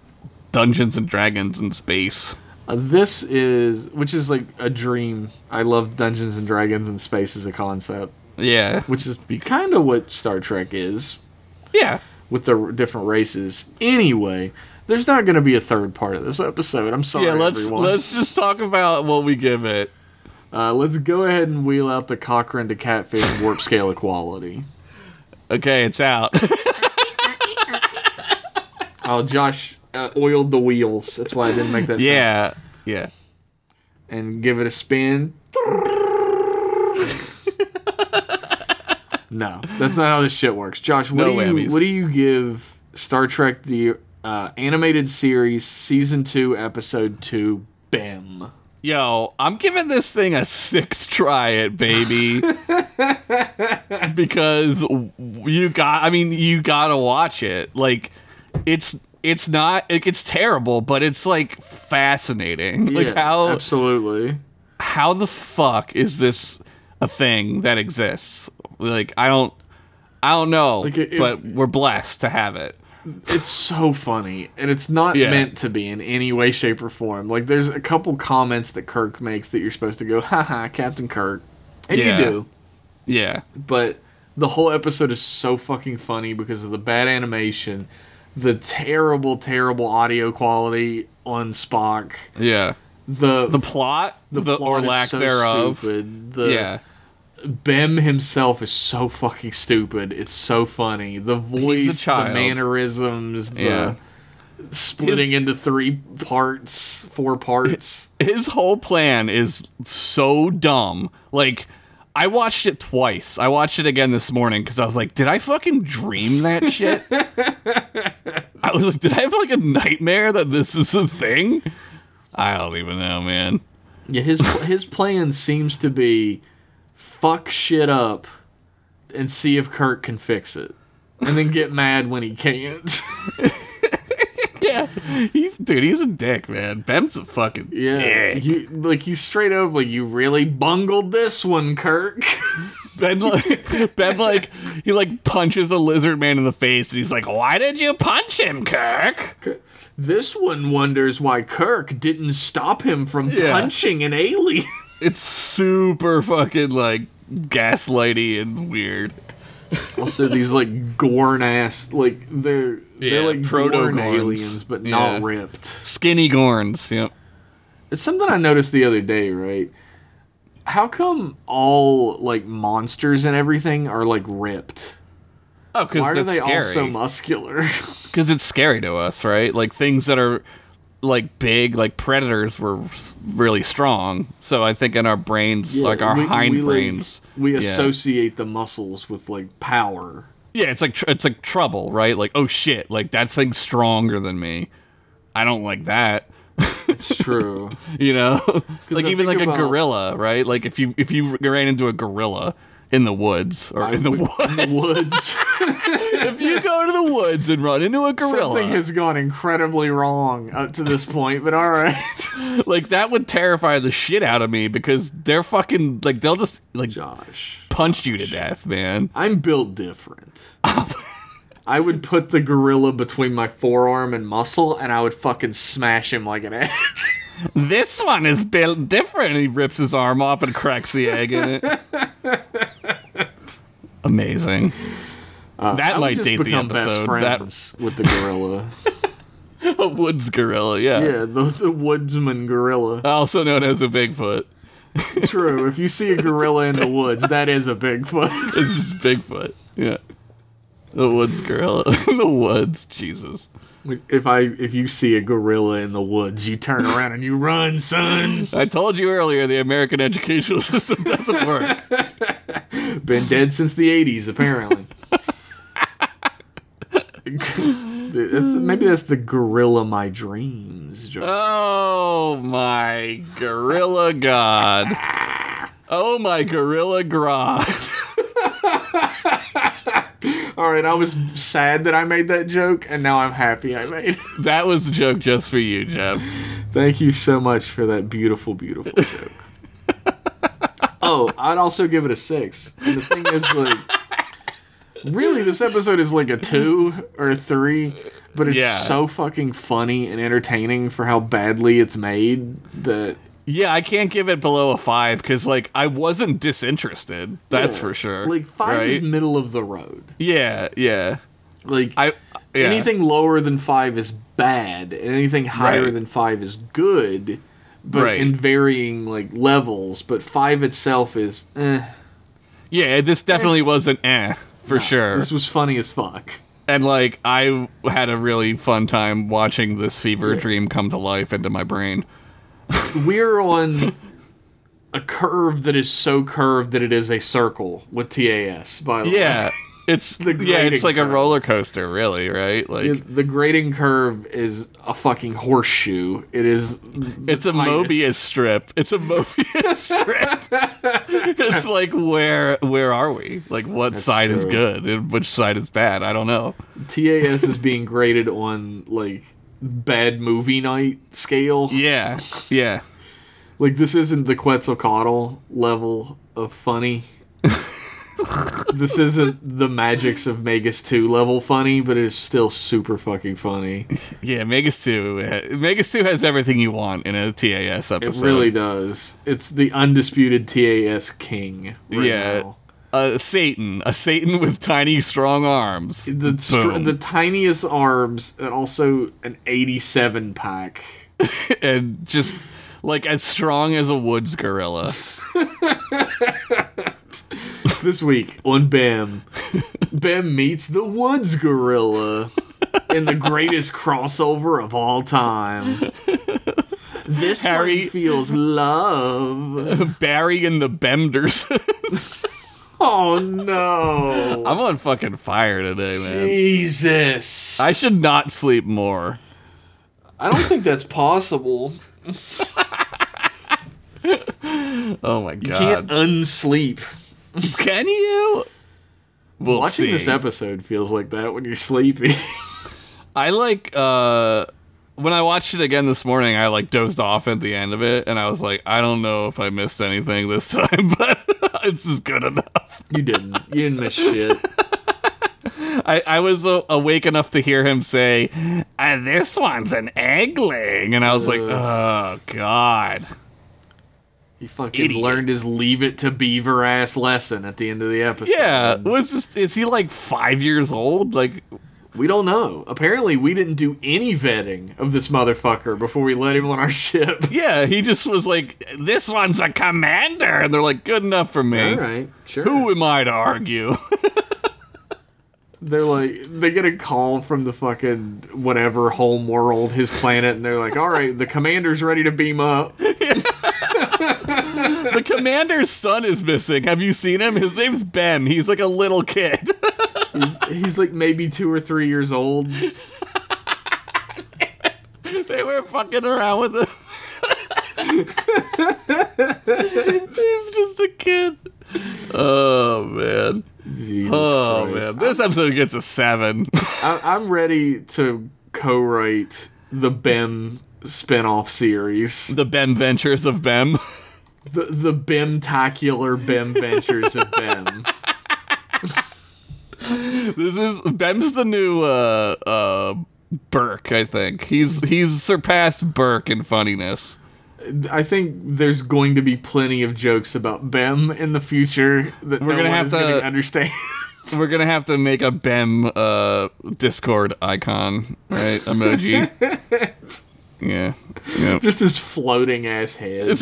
S2: Dungeons and Dragons in space.
S1: Uh, this is, which is like a dream. I love Dungeons and Dragons and space as a concept,
S2: Yeah.
S1: which is be kind of what Star Trek is
S2: Yeah.
S1: with the r- different races. Anyway, there's not going to be a third part of this episode. I'm sorry,
S2: Yeah, let's
S1: everyone.
S2: let's just talk about what we give it.
S1: Uh, let's go ahead and wheel out the Cochrane to Catfish warp scale equality.
S2: Okay, it's out.
S1: Oh, Josh uh, oiled the wheels. That's why I didn't make that. sound.
S2: yeah. Yeah.
S1: and give it a spin. no, that's not how this shit works. Josh, what, do,
S2: No
S1: you,
S2: whammies.
S1: what do you give Star Trek the uh, animated series season two episode two BEM?
S2: Yo, I'm giving this thing a sixth try it, baby. because you got I mean, you got to watch it. Like it's it's not like it's terrible, but it's like fascinating. like
S1: Yeah,
S2: how
S1: absolutely.
S2: how the fuck is this a thing that exists? Like I don't I don't know,
S1: Like, it- it-
S2: but we're blessed to have it.
S1: It's so funny, and it's not
S2: Yeah.
S1: meant to be in any way, shape, or form. Like, there's a couple comments that Kirk makes that you're supposed to go, haha, Captain Kirk. And
S2: Yeah.
S1: you do.
S2: Yeah.
S1: but the whole episode is so fucking funny because of the bad animation, the terrible, terrible audio quality on Spock,
S2: Yeah.
S1: the
S2: The plot, the,
S1: plot
S2: or
S1: is
S2: lack
S1: so
S2: thereof.
S1: stupid. The
S2: Yeah.
S1: Bem himself is so fucking stupid. It's so funny. The voice, the
S2: child.
S1: mannerisms, the
S2: Yeah.
S1: splitting into three parts, four parts.
S2: his whole plan is so dumb. Like, I watched it twice. I watched it again this morning because I was like, did I fucking dream that shit? I was like, did I have like a nightmare that this is a thing? I don't even know, man.
S1: Yeah, his his plan seems to be fuck shit up and see if Kirk can fix it, and then get mad when he can't.
S2: He's dude, he's a dick, man. Bem's a fucking
S1: yeah,
S2: dick.
S1: you like you straight up like you really bungled this one, Kirk.
S2: Ben like, ben like he like punches a lizard man in the face and he's like, Why did you punch him, Kirk?
S1: this one wonders why Kirk didn't stop him from
S2: Yeah.
S1: punching an alien.
S2: It's super fucking like gaslighty and weird.
S1: also, these like gorn ass like they're
S2: Yeah,
S1: they're like
S2: proto-gorns.
S1: gorn aliens, but not
S2: Yeah.
S1: ripped.
S2: Skinny Gorns. Yep.
S1: It's something I noticed the other day, right? How come all like monsters and everything are like ripped?
S2: Oh,
S1: Why
S2: because
S1: are they
S2: that's
S1: all so
S2: scary.
S1: muscular?
S2: Because it's scary to us, right? Like things that are like big, like predators were s- really strong. So I think in our brains, like our
S1: we-
S2: hind
S1: we, like,
S2: brains,
S1: we
S2: yeah.
S1: associate the muscles with like power.
S2: Yeah, it's like tr- it's like trouble, right? Like oh shit, like that thing's stronger than me. I don't like that.
S1: It's true.
S2: You know, like
S1: I
S2: even
S1: think
S2: like a
S1: about-
S2: gorilla, right? Like if you if you ran into a gorilla in the woods or in the
S1: In the
S2: woods,
S1: woods,
S2: if you go to the woods and run into a gorilla,
S1: something has gone incredibly wrong up to this point. But all right,
S2: like that would terrify the shit out of me because they're fucking like they'll just like
S1: Josh,
S2: punch you to death, man.
S1: I'm built different. I would put the gorilla between my forearm and muscle, and I would fucking smash him like an egg.
S2: This one is built different. He rips his arm off and cracks the egg in it. Amazing. that
S1: I would
S2: might
S1: Uh, just
S2: date the
S1: become
S2: episode. That
S1: friends with the gorilla.
S2: a woods gorilla, yeah.
S1: yeah, the, the woodsman gorilla.
S2: Also known as a Bigfoot.
S1: True. If you see a gorilla in the woods, that is a Bigfoot.
S2: This is Bigfoot. Yeah. The woods gorilla. the woods, Jesus.
S1: if I if you see a gorilla in the woods, you turn around and you run, son.
S2: I told you earlier the American educational system doesn't work.
S1: Been dead since the '80s, apparently. That's- maybe that's the gorilla my dreams. Josh.
S2: Oh my gorilla god. Oh my gorilla grog.
S1: All right, I was sad that I made that joke, and now I'm happy I made it.
S2: That was a joke just for you, Jeff.
S1: Thank you so much for that beautiful, beautiful joke. oh, I'd also give it a six. And the thing is, like, really, this episode is like a two or a three, but it's
S2: Yeah.
S1: so fucking funny and entertaining for how badly it's made that
S2: Yeah, I can't give it below a five because like I wasn't disinterested. That's
S1: Yeah.
S2: for sure.
S1: uh, Like five is
S2: right?
S1: middle of the road.
S2: yeah, yeah.
S1: Like
S2: I yeah.
S1: anything lower than five is bad, and anything higher
S2: Right.
S1: than five is good, but
S2: Right.
S1: in varying like levels. But five itself is eh.
S2: Yeah, this definitely wasn't eh for sure.
S1: This was funny as fuck.
S2: and like I had a really fun time watching this fever dream come to life into my brain.
S1: We're on a curve that is so curved that it is a circle with TAS. By the way.
S2: Yeah. It's yeah,
S1: grading
S2: it's like a
S1: curve.
S2: roller coaster, really, right? Like
S1: It- the grading curve is a fucking horseshoe. It is.
S2: It's a
S1: highest.
S2: Mobius strip. It's a Mobius strip. it's like where where are we? Like what side is
S1: true.
S2: good and which side is bad? I don't know.
S1: TAS is being graded on like bad movie night scale.
S2: Yeah, yeah,
S1: Like this isn't the Quetzalcoatl level of funny. this isn't the magics of Magus 2 level funny, but it is still super fucking funny.
S2: yeah. Megas two, ha- Megas two has everything you want in a TAS
S1: It
S2: episode.
S1: really does. It's the undisputed TAS king. Right
S2: Yeah.
S1: now.
S2: A Satan, a Satan with tiny, strong arms.
S1: The str-
S2: Boom.
S1: the tiniest arms and also an 87 pack.
S2: and just like as strong as a woods gorilla.
S1: This week on Bam, Bam meets the Woods Gorilla in the greatest crossover of all time. This Harry
S2: Harry-
S1: feels love.
S2: Barry and the Bemders.
S1: Oh no.
S2: I'm on fucking fire today, man.
S1: Jesus.
S2: I
S1: I,
S2: should not sleep more.
S1: I don't think that's possible.
S2: Oh my god.
S1: Can't unsleep.
S2: Can you? We'll
S1: Watching
S2: see.
S1: this episode feels like that when you're sleepy.
S2: I like uh when I watched it again this morning, I like dozed off at the end of it and I was like, I don't know if I missed anything this time, but it's is good enough.
S1: you didn't. You didn't miss shit.
S2: I, I was uh, awake enough to hear him say, uh, "This one's an eggling," and I was like, "Oh God!"
S1: He fucking learned his leave it to beaver ass lesson at the end of the episode.
S2: Yeah, what's this? Is he like five years old? Like,
S1: We don't know. Apparently, we didn't do any vetting of this motherfucker before we let him on our ship.
S2: yeah, he just was like, "This one's a commander," and they're like, "Good enough for me."
S1: All right, sure.
S2: Who am I to argue?
S1: They're like, they get a call from the fucking whatever home world, his planet, and they're like, all right, the commander's ready to beam up.
S2: the commander's son is missing. Have you seen him? His name's Ben. He's like a little kid.
S1: He's like maybe two or three years old.
S2: they were fucking around with him. He's just a kid. Oh man.
S1: Jesus
S2: Oh
S1: Christ.
S2: man. This episode gets a seven.
S1: I- I'm ready to co write the BEM spinoff series.
S2: the Bem Ventures of Bem.
S1: The, the BEM tacular BEM ventures of BEM.
S2: This is Bem's the new uh uh Burke, I think. He's he's surpassed Burke in funniness.
S1: I think there's going to be plenty of jokes about Bem in the future that
S2: We're
S1: no
S2: gonna
S1: one
S2: have
S1: is
S2: to-
S1: gonna understand.
S2: We're gonna have to make a Bem uh, Discord icon, right? Emoji. yeah. yeah.
S1: Just his floating ass head.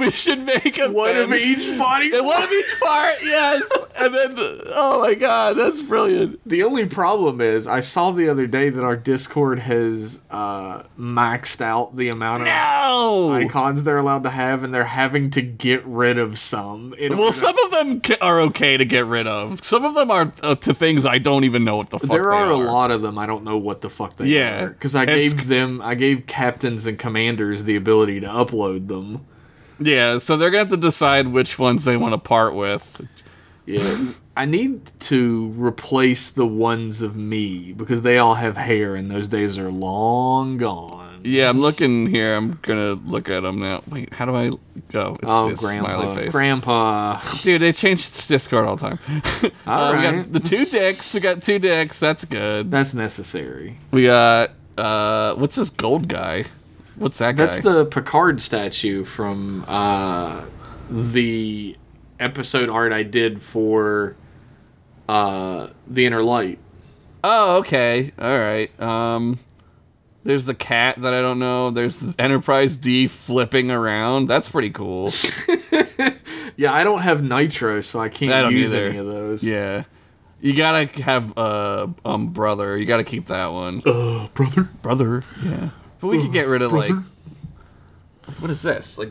S2: we should make a
S1: One of
S2: Bem-
S1: each body.
S2: and one of each part. Yes, and then oh my god, that's brilliant.
S1: The only problem is, I saw the other day that our Discord has uh, maxed out the amount of
S2: No.
S1: icons they're allowed to have, and they're having to get rid of some. in order
S2: Well,
S1: to-
S2: some of them ca- are okay to get rid of. Some of them are uh, to things I don't even know what the fuck
S1: There
S2: they
S1: are, a lot of them. I don't know what the fuck they
S2: Yeah.
S1: are because I
S2: It's-
S1: gave them, I gave captains and commanders the ability to upload them.
S2: Yeah, so they're gonna have to decide which ones they want to part with.
S1: Yeah. I need to replace the ones of me because they all have hair and those days are long gone.
S2: Yeah, I'm looking here. I'm gonna look at them now. Wait, how do I go? It's
S1: Oh,
S2: this smiley
S1: grandpa.
S2: face.
S1: Grandpa.
S2: Dude, they changed Discord all the time.
S1: All
S2: Uh, We
S1: right.
S2: got the two dicks. We got two dicks. That's good.
S1: That's necessary.
S2: We got uh, what's this gold guy? What's that guy?
S1: That's the Picard statue from uh, the episode art I did for uh, The Inner Light.
S2: Oh, okay. All right. Um, there's the cat that I don't know. There's the Enterprise D flipping around. That's pretty cool.
S1: Yeah, I don't have nitro, so I can't
S2: I don't
S1: use
S2: either.
S1: any of those.
S2: yeah. You gotta have uh um brother. You gotta keep that one.
S1: Uh, brother?
S2: brother. Yeah. But we could get rid of like what is this? Like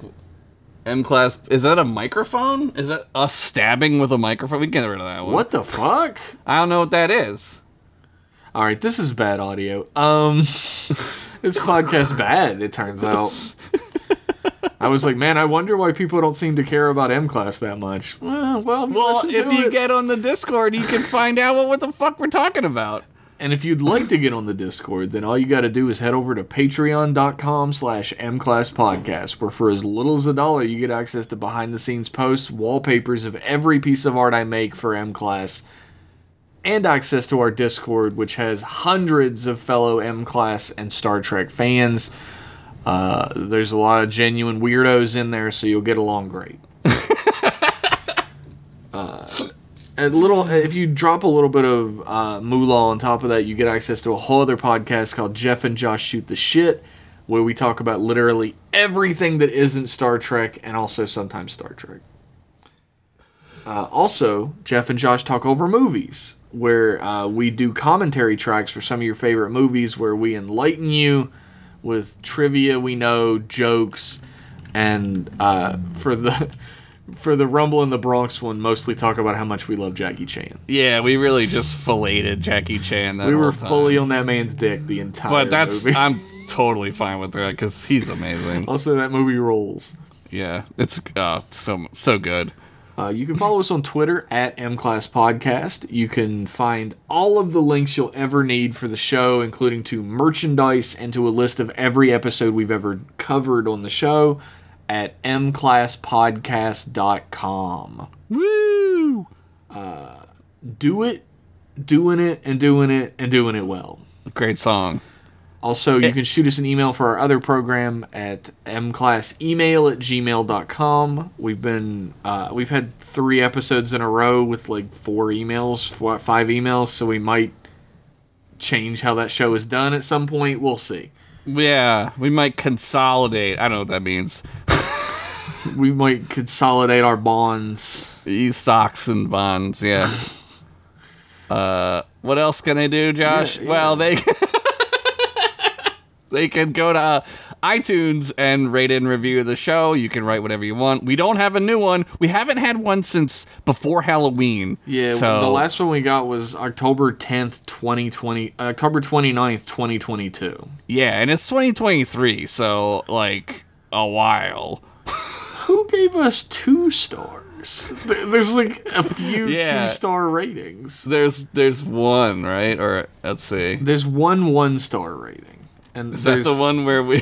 S2: M class is that a microphone? Is that us stabbing with a microphone? We can get rid of that one.
S1: What the fuck?
S2: I don't know what that is.
S1: All right, this is bad audio. Um, this podcast bad. It turns out. I was like, man, I wonder why people don't seem to care about M class that much. Well, well,
S2: Well,
S1: listen
S2: if
S1: to
S2: you
S1: it.
S2: get on the Discord, you can find out what, what the fuck we're talking about.
S1: and if you'd like to get on the Discord, then all you got to do is head over to Patreon.com/slash M class podcast, where for as little as a dollar, you get access to behind-the-scenes posts, wallpapers of every piece of art I make for M class. and access to our Discord, which has hundreds of fellow M Class and Star Trek fans. Uh, there's a lot of genuine weirdos in there, so you'll get along great. uh, a little, if you drop a little bit of uh, moolah on top of that, you get access to a whole other podcast called Jeff and Josh Shoot the Shit, where we talk about literally everything that isn't Star Trek and also sometimes Star Trek. Uh, Also, Jeff and Josh talk over movies, where uh, we do commentary tracks for some of your favorite movies, where we enlighten you with trivia we know, jokes, and uh, for the for the Rumble in the Bronx one, mostly talk about how much we love Jackie Chan.
S2: Yeah, we really just filleted Jackie Chan. That
S1: We were
S2: whole time.
S1: fully on that man's dick the entire.
S2: but that's
S1: movie.
S2: I'm totally fine with that because he's amazing.
S1: also that movie rules.
S2: Yeah, it's uh, so so good.
S1: Uh, you can follow us on Twitter at MClass Podcast. You can find all of the links you'll ever need for the show, including to merchandise and to a list of every episode we've ever covered on the show at mclasspodcast.com.
S2: Woo!
S1: Do it, doing it, and doing it, and doing it well.
S2: Great song.
S1: Also, you can shoot us an email for our other program at mclassemail at gmail.com. We've been, uh, we've had three episodes in a row with like four emails, four, five emails, so we might change how that show is done at some point. We'll see.
S2: Yeah, we might consolidate. I don't know what that means.
S1: We might consolidate our bonds.
S2: These Stocks and bonds. Yeah. uh, what else can they do, Josh?
S1: Yeah, yeah.
S2: Well, they they can go to uh, iTunes and rate and review the show. You can write whatever you want. We don't have a new one. We haven't had one since before Halloween.
S1: Yeah,
S2: so
S1: the last one we got was October 10th, 2020, October 29th, 2022.
S2: yeah, and it's 2023, so like a while.
S1: Who gave us two stars? There- There's like a few
S2: Yeah.
S1: two star ratings.
S2: There's there's one right, or let's see.
S1: There's one one star rating, and
S2: Is that the one where we?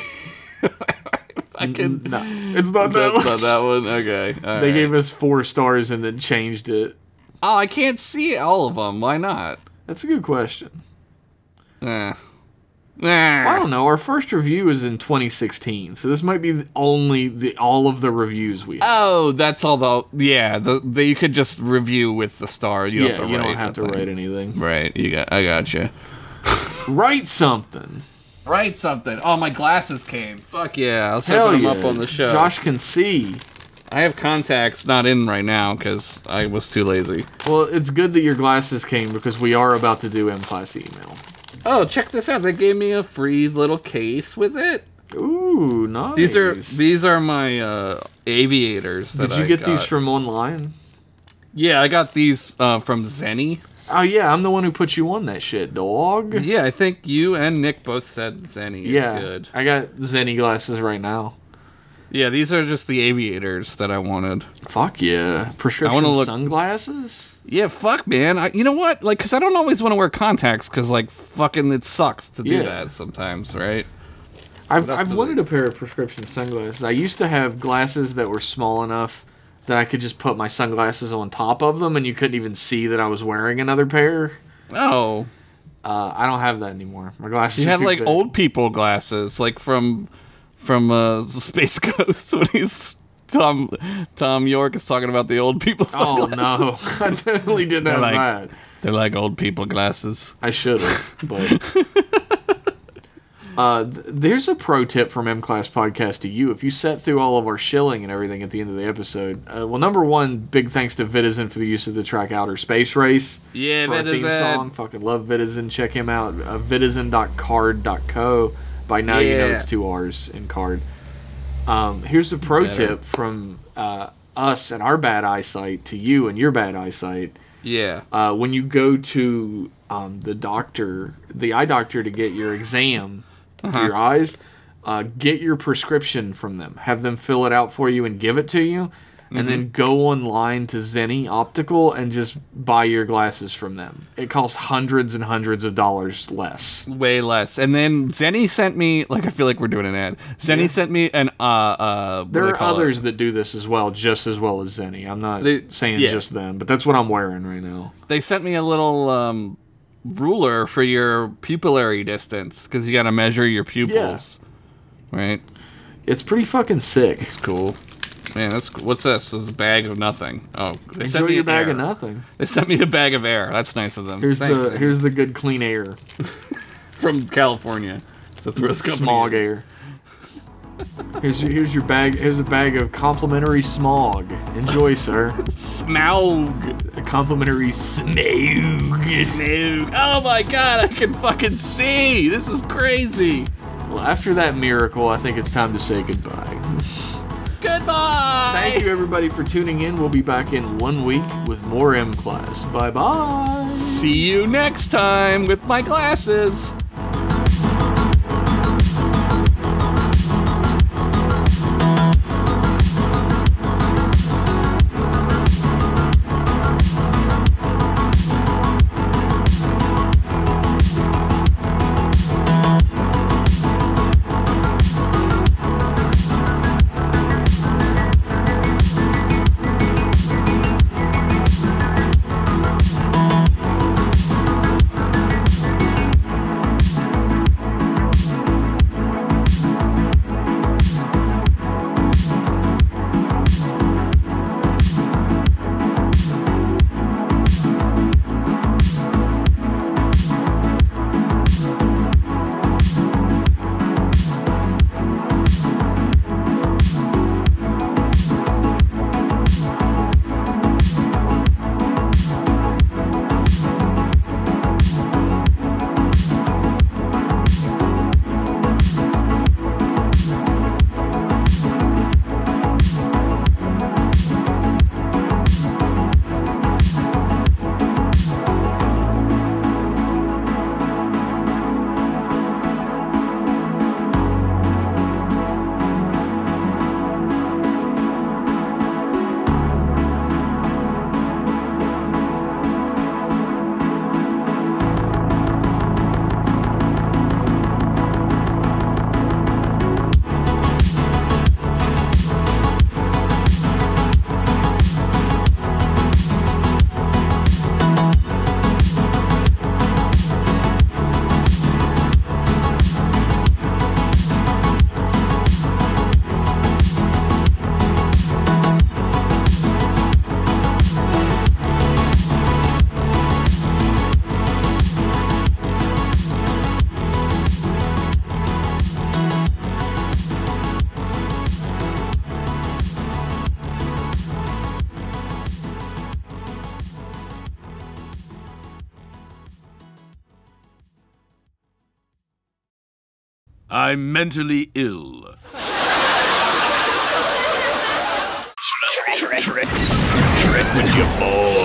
S2: I can.
S1: No, it's not that.
S2: That's
S1: one.
S2: not that one. Okay. all
S1: They
S2: right.
S1: gave us four stars and then changed it.
S2: Oh, I can't see all of them. Why not?
S1: That's a good question.
S2: Eh.
S1: I
S2: Eh.
S1: don't know. Our first review is in 2016, so this might be the only the all of the reviews we. Have.
S2: Oh, that's all the yeah. The, the you could just review with the star. You
S1: yeah,
S2: don't have to
S1: you
S2: write.
S1: don't have to
S2: nothing.
S1: write anything.
S2: Right. You got. I got you.
S1: Write something.
S2: Write something. Oh, my glasses came. Fuck yeah! I'll set
S1: Hell
S2: them
S1: yeah.
S2: up on the show.
S1: Josh can see.
S2: I have contacts not in right now because I was too lazy.
S1: Well, it's good that your glasses came because we are about to do M class email.
S2: Oh, check this out. They gave me a free little case with it.
S1: Ooh, nice.
S2: These are these are my uh, aviators. That
S1: Did you
S2: I
S1: get
S2: got.
S1: these from online?
S2: Yeah, I got these uh, from Zenny.
S1: Oh yeah, I'm the one who put you on that shit, dog.
S2: Yeah, I think you and Nick both said Zenny is
S1: yeah,
S2: good.
S1: I got Zenny glasses right now.
S2: Yeah, these are just the aviators that I wanted.
S1: Fuck yeah. Prescription
S2: look-
S1: sunglasses?
S2: Yeah, fuck, man. I, you know what? Like, cause I don't always want to wear contacts, cause like, fucking, it sucks to do
S1: Yeah.
S2: that sometimes, right?
S1: I've,
S2: else
S1: I've
S2: do
S1: wanted a pair of prescription sunglasses. I used to have glasses that were small enough that I could just put my sunglasses on top of them and you couldn't even see that I was wearing another pair.
S2: Oh,
S1: Uh, I don't have that anymore. My glasses
S2: you
S1: are
S2: had
S1: too
S2: like
S1: big.
S2: old people glasses, like from from uh, Space Ghost when he's Tom Tom York is talking about the old people.
S1: Oh
S2: Sunglasses.
S1: no, I definitely didn't have
S2: like-
S1: that.
S2: They're like old people glasses.
S1: I should have, but. Uh, th- there's a pro tip from M Class Podcast to you. If you set through all of our shilling and everything at the end of the episode, uh, well, number one, big thanks to Vitizen for the use of the track Outer Space Race.
S2: Yeah,
S1: for our theme
S2: Vitizen.
S1: song. Fucking love Vitizen. Check him out. Uh, Vitizen.card.co. By now, you know
S2: Yeah.
S1: it's two R's in card. Um, here's a pro
S2: Better.
S1: tip from uh, us and our bad eyesight to you and your bad eyesight
S2: Yeah.
S1: uh, when you go to um, the doctor, the eye doctor, to get your exam
S2: Uh-huh.
S1: for your eyes, uh, get your prescription from them. Have them fill it out for you and give it to you, and then
S2: Mm-hmm.
S1: go online to Zenny Optical and just buy your glasses from them. It costs hundreds and hundreds of dollars less.
S2: way less. And then Zenny sent me like I feel like we're doing an ad. Zenny sent me an uh uh. what do
S1: There
S2: they
S1: are
S2: call it?
S1: others that do this as well, just as well as Zenny. I'm not
S2: They-
S1: saying
S2: yeah.
S1: just them, but that's what I'm wearing right now.
S2: They sent me a little um ruler for your pupillary distance because you got to measure your pupils. Right.
S1: It's pretty fucking sick.
S2: It's cool. Man, that's what's this? This is a bag of nothing. Oh, they sent
S1: Enjoy
S2: me
S1: your bag
S2: air.
S1: of nothing.
S2: They sent me a bag of air. That's nice of them.
S1: Here's
S2: Thanks.
S1: the here's the good clean air.
S2: from California. That's where this company
S1: smog
S2: is.
S1: air. Here's your, here's your bag. Here's a bag of complimentary smog. Enjoy, sir.
S2: Smog.
S1: A complimentary smog.
S2: Smog. Oh my god, I can fucking see. This is crazy.
S1: Well, after that miracle, I think it's time to say goodbye.
S2: Goodbye.
S1: Thank you, everybody, for tuning in. We'll be back in one week with more M Class. Bye bye.
S2: See you next time with my glasses.
S7: I'm mentally ill. Trek with your boy.